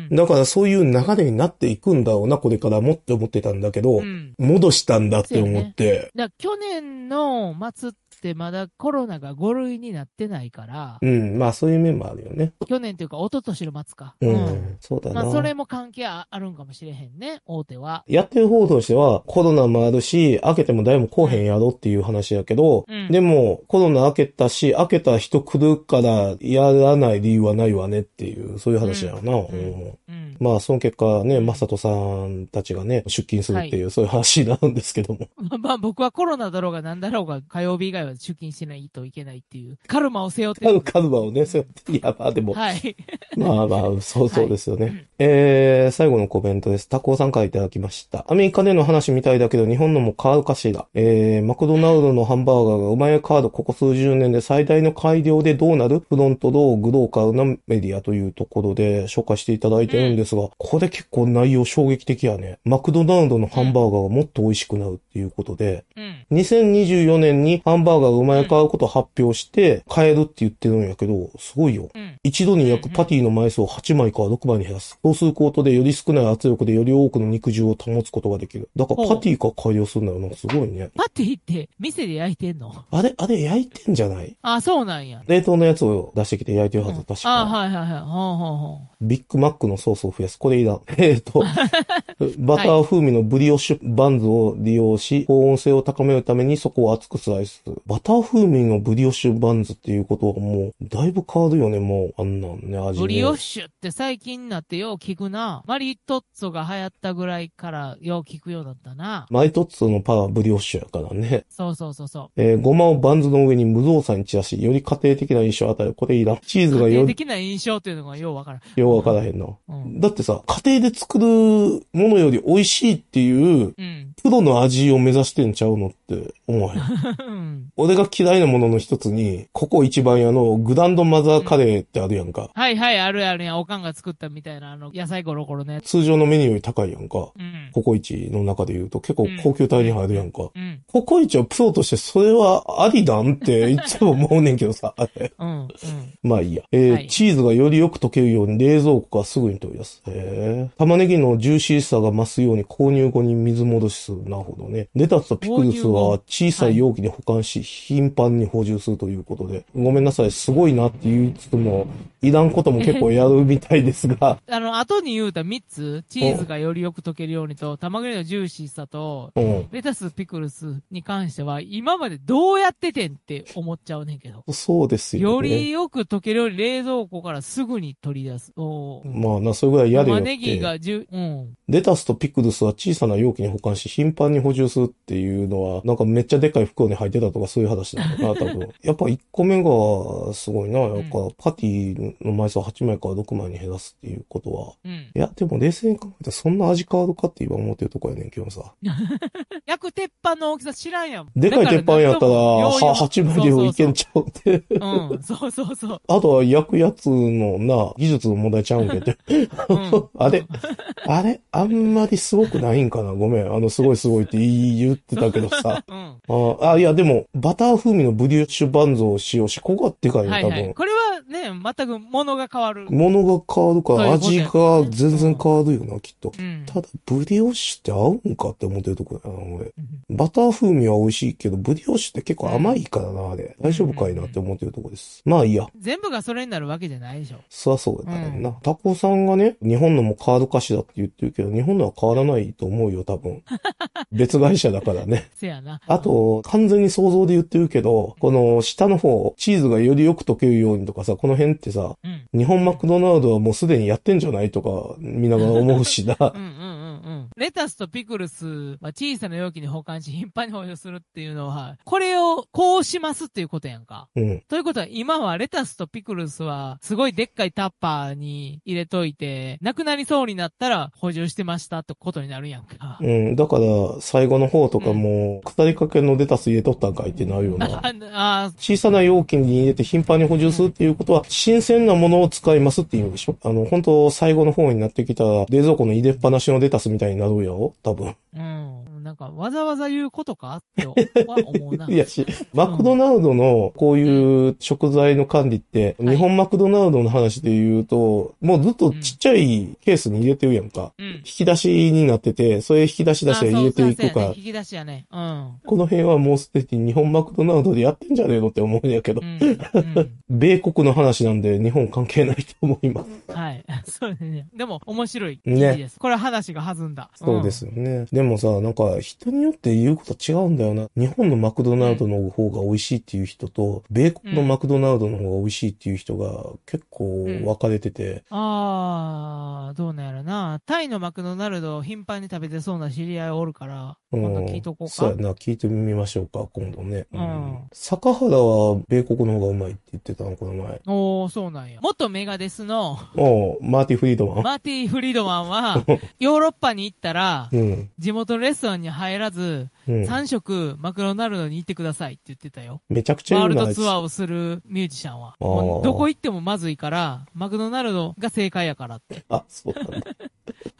Speaker 2: うん。
Speaker 1: だからそういう流れになっていくんだろうな、これからもって思ってたんだけど、
Speaker 2: うん。
Speaker 1: 戻したんだって思って。
Speaker 2: だから去年の末ってまだコロナが5類になってないから、
Speaker 1: うん、まあそういう面もあるよね。
Speaker 2: 去年というか一昨年の末か。
Speaker 1: うん、そうだな。
Speaker 2: まあそれも関係ああるんかもしれへんね、大手は。
Speaker 1: やってる方としては、コロナもあるし、開けても誰も来おへんやろっていう話やけど、
Speaker 2: うん
Speaker 1: でも、コロナ開けたし、開けた人来るからやらない理由はないわねっていう、そういう話やな。
Speaker 2: うん
Speaker 1: うん
Speaker 2: うん。 うん
Speaker 1: まあ、その結果ね、マサトさんたちがね、出勤するっていう、そういう話になるんですけども。
Speaker 2: まあまあ僕はコロナだろうが何だろうが火曜日以外は出勤しないといけないっていう、カルマを背負って
Speaker 1: あの、カズマをね、そうやって、いや、まあでも、
Speaker 2: はい。
Speaker 1: まあまあ、そうそうですよね。えー、最後のコメントです。タコさんからいただきました。アメリカでの話みたいだけど、日本のも変わるかしら。えー、マクドナルドのハンバーガーがうまいカードここ数十年で最大の改良でどうなるフロントロー、グローカルなメディアというところで紹介していただいてるんですが、これ結構内容衝撃的やね。マクドナルドのハンバーガーがもっと美味しくなるっていうことで、
Speaker 2: うん。
Speaker 1: 2024年にハンバーガーが生まれ変わることを発表して、変えるって言ってるんやけど、すごいよ。
Speaker 2: うん。
Speaker 1: 一度に焼くパティの枚数を8枚から6枚に減らす。そうすることでより少ない圧力でより多くの肉汁を保つことができる。だからパティから改良するんだよな。すごいね。
Speaker 2: パティって店で焼いてんの
Speaker 1: あれ、あれ焼いてんじゃない
Speaker 2: あ、そうなんや。
Speaker 1: 冷凍のやつを出してきて焼いてるはず、確か。
Speaker 2: あ、はいはいはい。ほうほうほ
Speaker 1: ビッグマックのソースを増やす。これいいな。 えっ と、バター風味のブリオッシュバンズを利用し、保温性を高めるためにそこを厚くスライスする。バター風味のブリオッシュバンズっていうことはもう、だいぶ変わるよね、もう。あんなんね、味
Speaker 2: う。
Speaker 1: ね。
Speaker 2: ブリオッシュって最近になってよう聞くな。マリトッツォが流行ったぐらいからよう聞くようだったな。
Speaker 1: マイトッツォのパンはブリオッシュやからね。
Speaker 2: そうそうそうそう。
Speaker 1: えーごまをバンズの上に無造作に散らし、より家庭的な印象を与える。これいいな。チーズが
Speaker 2: 家
Speaker 1: よ
Speaker 2: 庭
Speaker 1: り、
Speaker 2: 的な印象っていうのがようわからん。
Speaker 1: ようわからへんな。
Speaker 2: うん。
Speaker 1: だってさ、家庭で作るものより美味しいっていう、
Speaker 2: うん。
Speaker 1: プロの味を目指してんちゃうのって思わへん。
Speaker 2: うん
Speaker 1: 俺が嫌いなものの一つに、ここ一番屋のグランドマザーカレーってあるやんか。
Speaker 2: はいはい、あるやるやん。おかんが作ったみたいな、あの、野菜ゴロゴロのやつ。
Speaker 1: 通常のメニューより高いやんか。
Speaker 2: うん。
Speaker 1: ココイチの中で言うと結構高級帯に入るやんか。
Speaker 2: うん。
Speaker 1: ココイチはプロとしてそれはありなんっていつも思うねんけどさ、あれ。
Speaker 2: うん。うん。
Speaker 1: まあいいや。えー
Speaker 2: はい
Speaker 1: チーズがよりよく溶けるように冷蔵庫からすぐに取り出す。へー玉ねぎのジューシーさが増すように購入後に水戻しする。なるほどね。レタスとピクルスは小さい容器に保管し、頻繁に補充するということで。ごめんなさい、すごいなって言いつつも、いらんことも結構やるみたいですが、
Speaker 2: あの、後に言うた3つ、チーズがよりよく溶けるようにと、玉ねぎのジューシーさと、
Speaker 1: うん。
Speaker 2: レタス、ピクルスに関しては、今までどうやっててんって思っちゃうねんけど。
Speaker 1: そうです
Speaker 2: よ
Speaker 1: よね。
Speaker 2: りよく溶けるより冷蔵庫からすぐに取り出す。おー
Speaker 1: まあな、それぐらいやれよっ
Speaker 2: 玉
Speaker 1: て。
Speaker 2: ねぎがじゅ、うん。
Speaker 1: レタスとピクルスは小さな容器に保管し、頻繁に補充するっていうのは、なんかめっちゃでかい袋に入ってたとかそういう話な のかな、多分。やっぱ1個目がすごいな。やっぱパティの枚数を8枚から6枚に減らすっていうことは。
Speaker 2: うん。
Speaker 1: いや、でも冷静に考えたらそんな味変わるかって今思ってるとこやねん、今日さ。
Speaker 2: 焼く鉄板の大きさ知らんやん。
Speaker 1: でかい鉄板やったら、
Speaker 2: だから
Speaker 1: は8枚でもいけんちゃうって。
Speaker 2: うん、そうそうそう。
Speaker 1: あとは焼くやつのな、技術の問題ちゃうんけって。
Speaker 2: うん。
Speaker 1: あれあれあんまりすごくないんかなごめん。あの、すごいすごいって言い言ってたけど さ。
Speaker 2: うん。
Speaker 1: ああ、いや、でも、バター風味のブリュッシュバンズを使用し、ここがでかいよ、
Speaker 2: はい
Speaker 1: 多
Speaker 2: はい。
Speaker 1: 分。
Speaker 2: これはね、全く物が変わる。
Speaker 1: 物が変わるか
Speaker 2: そう
Speaker 1: ら、
Speaker 2: いうこと
Speaker 1: 味
Speaker 2: や
Speaker 1: が全然変わるよな、きっと。
Speaker 2: うん。
Speaker 1: ただ、ブリオッシュって合うんかって思ってるとこだな、俺。バター風味は美味しいけど、ブリオッシュって結構甘いからな、あれ。大丈夫かいなって思ってるとこです。まあいいや。
Speaker 2: 全部がそれになるわけじゃないでしょ。
Speaker 1: そらそうやからな。タコさんがね、日本のも変わるかしらって言ってるけど、日本のは変わらないと思うよ、多 分。別会社だからね。
Speaker 2: せやな。
Speaker 1: あと、完全に想像で言ってるけど、この下の方、チーズがよりよく溶けるようにとかさ、この辺ってさ、
Speaker 2: うん、
Speaker 1: 日本マクドナルドはもうすでにやってんじゃないとか、見ながら思うし な。
Speaker 2: うん、うん、うん、うん。レタスとピクルスは小さな容器に保管し、頻繁に保養するっていうのは、これをこうしますっていうことやんか。
Speaker 1: うん。
Speaker 2: ということは、今はレタスとピクルスは、すごいでっかいタッパーに入れといて、なくなりそうになったら補充してましたってことになるや んか。
Speaker 1: うん。だから、最後の方とかも、腐りかけのレタス入れとったんかいってなるよな。
Speaker 2: ああ、
Speaker 1: 小さな容器に入れて頻繁に補充するっていうことは、新鮮なものを使いますっていう意味でしょあの、本当最後の方になってきたら、冷蔵庫の入れっぱなしのレタスみたいになるやろ多分。
Speaker 2: うん。なんか、わざわざ言うことかっては思うな。
Speaker 1: いやし、マクドナルドのこういう食材の管理って、
Speaker 2: はい
Speaker 1: 日本マクドナルドの話で言うと、もうずっとちっちゃいケースに入れてるやんか。
Speaker 2: うん
Speaker 1: 引。き出しになってて、それ引き出し出して入れてい
Speaker 2: あ
Speaker 1: く
Speaker 2: そうそうそうや
Speaker 1: か
Speaker 2: ね。引き出しやね。うん。
Speaker 1: この辺はもうすでに日本マクドナルドでやってんじゃねえのって思うんやけど
Speaker 2: う、ん。うん
Speaker 1: 米国の話なんで日本関係ないと思います。
Speaker 2: はい。 そうですね。でも、面白い。
Speaker 1: ね
Speaker 2: いいです。これは話が弾んだ。
Speaker 1: そうですよね。でもさ、なんかさ、人によって言うこと違うんだよな。日本のマクドナルドの方が美味しいっていう人と、米国のマクドナルドの方が美味しいっていう人が結構分かれてて、
Speaker 2: ああ、どうなんやろな。タイのマクドナルドを頻繁に食べてそうな知り合いおるから、
Speaker 1: うん
Speaker 2: 今度聞いとこう
Speaker 1: そう
Speaker 2: か
Speaker 1: や。な、聞いてみましょうか、今度ね。
Speaker 2: うん
Speaker 1: 坂原は米国の方がうまいって言ってたの、この前。
Speaker 2: おおそうなんや。元メガデスの
Speaker 1: おうマーティ・フリードマン。
Speaker 2: マーティ・フリードマン は、ヨーロッパに行ったら、
Speaker 1: うん。
Speaker 2: 地元のレストランに入らず、
Speaker 1: うん。
Speaker 2: 3食マクドナルドに行ってくださいって言ってたよ。
Speaker 1: めちゃくちゃ
Speaker 2: ワ
Speaker 1: い
Speaker 2: ール
Speaker 1: るな、あ
Speaker 2: ド
Speaker 1: いつ
Speaker 2: ツアーをするミュージシャンは。
Speaker 1: あー
Speaker 2: もうどこ行ってもまずいから、マクドナルドが正解やからって。
Speaker 1: あ、そうなんだ。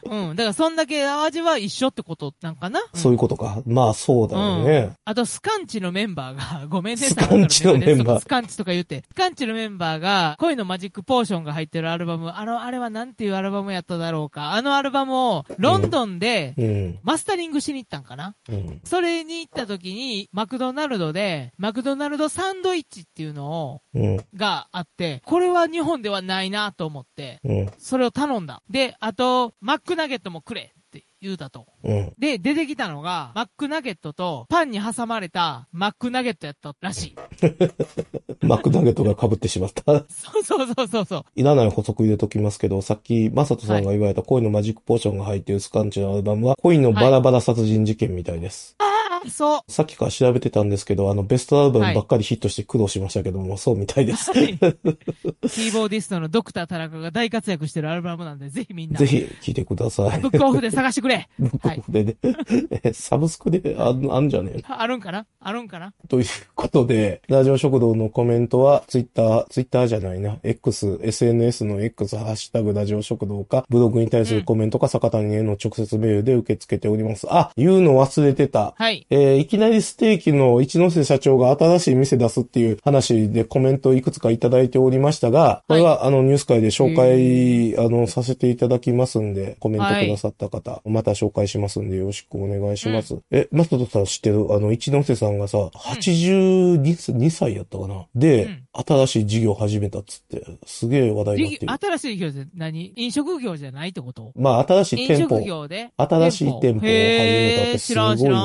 Speaker 2: うん。だからそんだけ味は一緒ってことなんかな、うん
Speaker 1: そういうことか。まあ、そうだよね。
Speaker 2: あと、スカンチのメンバー が、ごめんね、
Speaker 1: スカンチのメンバー
Speaker 2: スカンチとか言って。スカンチのメンバーが、恋のマジックポーションが入ってるアルバム、あの、あれはなんていうアルバムやっただろうか。あのアルバムを、ロンドンで、
Speaker 1: うん。
Speaker 2: マスタリングしに行ったんかな
Speaker 1: うん。
Speaker 2: それに行った時に、マクドナルドで、マクドナルドサンドイッチっていうのを、
Speaker 1: うん。
Speaker 2: があって、これは日本ではないなと思って、
Speaker 1: うん。
Speaker 2: それを頼んだ。で、あと、マックナゲットもくれって言うたと。
Speaker 1: うん。
Speaker 2: で、出てきたのが、マックナゲットと、パンに挟まれたマックナゲットやったらしい。
Speaker 1: マクナゲットが被ってしまった。
Speaker 2: そうそうそうそうそう。
Speaker 1: いらない補足入れときますけど、さっき、マサトさんが言われた恋のマジックポーションが入っているスカンチのアルバムは、恋のバラバラ殺人事件みたいです。
Speaker 2: あ、そう。
Speaker 1: さっきから調べてたんですけど、あの、ベストアルバムばっかりヒットして苦労しましたけども、そうみたいです。
Speaker 2: はい。キーボーディストのドクター田中が大活躍してるアルバムなんで、ぜひみんな、
Speaker 1: ぜ
Speaker 2: ブ
Speaker 1: ひ、聴いてください。
Speaker 2: ックオフで探してくれ。はい。
Speaker 1: でね、えサブスクであんあんじゃねえの
Speaker 2: ああるんかなあるんかな
Speaker 1: ということで、ラジオ食堂のコメントは、ツイッター、ツイッターじゃないな、X、SNS の X、ハッシュタグ、ラジオ食堂か、ブログに対するコメントか、坂谷への直接メールで受け付けております。あ、言うの忘れてた。
Speaker 2: はい。
Speaker 1: えーいきなりステーキの一ノ瀬社長が新しい店出すっていう話でコメントをいくつかいただいておりましたが、これはあのニュース会で紹介、あの、させていただきますんで、コメントくださった方、また紹介しますんでよろしくお願いします。え、マトトさん知ってるあの、一ノ瀬さんがさ、82、二歳やったかなで、
Speaker 2: うん
Speaker 1: 新しい事業始めたっつって、すげえ話題になって
Speaker 2: で
Speaker 1: る。
Speaker 2: 新しい業で何飲食業じゃないってこと
Speaker 1: まあ、新しい
Speaker 2: 飲
Speaker 1: 店
Speaker 2: 食
Speaker 1: 舗。
Speaker 2: 業で
Speaker 1: 新しい店舗を始めたっ
Speaker 2: へ
Speaker 1: て
Speaker 2: ー
Speaker 1: す
Speaker 2: 知
Speaker 1: ごい
Speaker 2: ら
Speaker 1: よね。
Speaker 2: ん知
Speaker 1: だ
Speaker 2: ら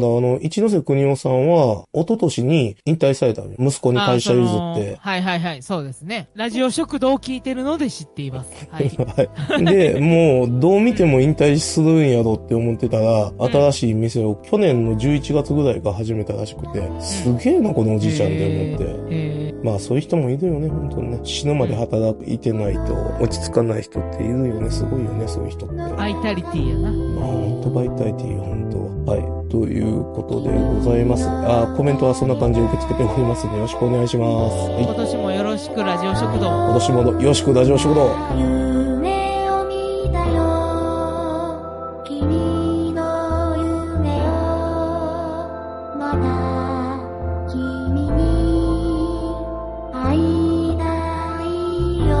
Speaker 1: か
Speaker 2: ん。
Speaker 1: ら、あの、一ノ瀬邦夫さんは、一昨年に引退されたのよ息子に会社譲っ
Speaker 2: あその
Speaker 1: て。
Speaker 2: はいはいはい、そうですね。ラジオ食堂を聞いてるので知っています。 はい。
Speaker 1: はい。で、もう、どう見ても引退するんやろって思ってたら、
Speaker 2: ん
Speaker 1: 新しい店を去年の11月ぐらいから始めたらしくて、すげえな、このおじいちゃんって思って。
Speaker 2: え
Speaker 1: まあ、そういう人もいるよね、本当にね。死ぬまで働いてないと、落ち着かない人っているよね、すごいよね、そういう人って。
Speaker 2: ー、バイタリティやな。
Speaker 1: まあ、本当バイタリティ、本当は。はい。ということでございます。あ、コメントはそんな感じで受け付けておりますので、よろしくお願いします。はい。
Speaker 2: 今年もよろしくラジオ食堂。
Speaker 1: 今年ものよろしくラジオ食堂。
Speaker 3: 夢を見たよ君の夢をまた君に会いたいよ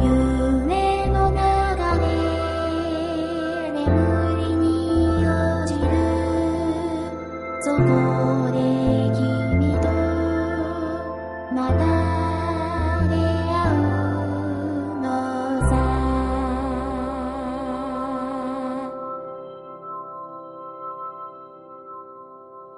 Speaker 3: 夢の中で眠りに落ちるそこで君とまた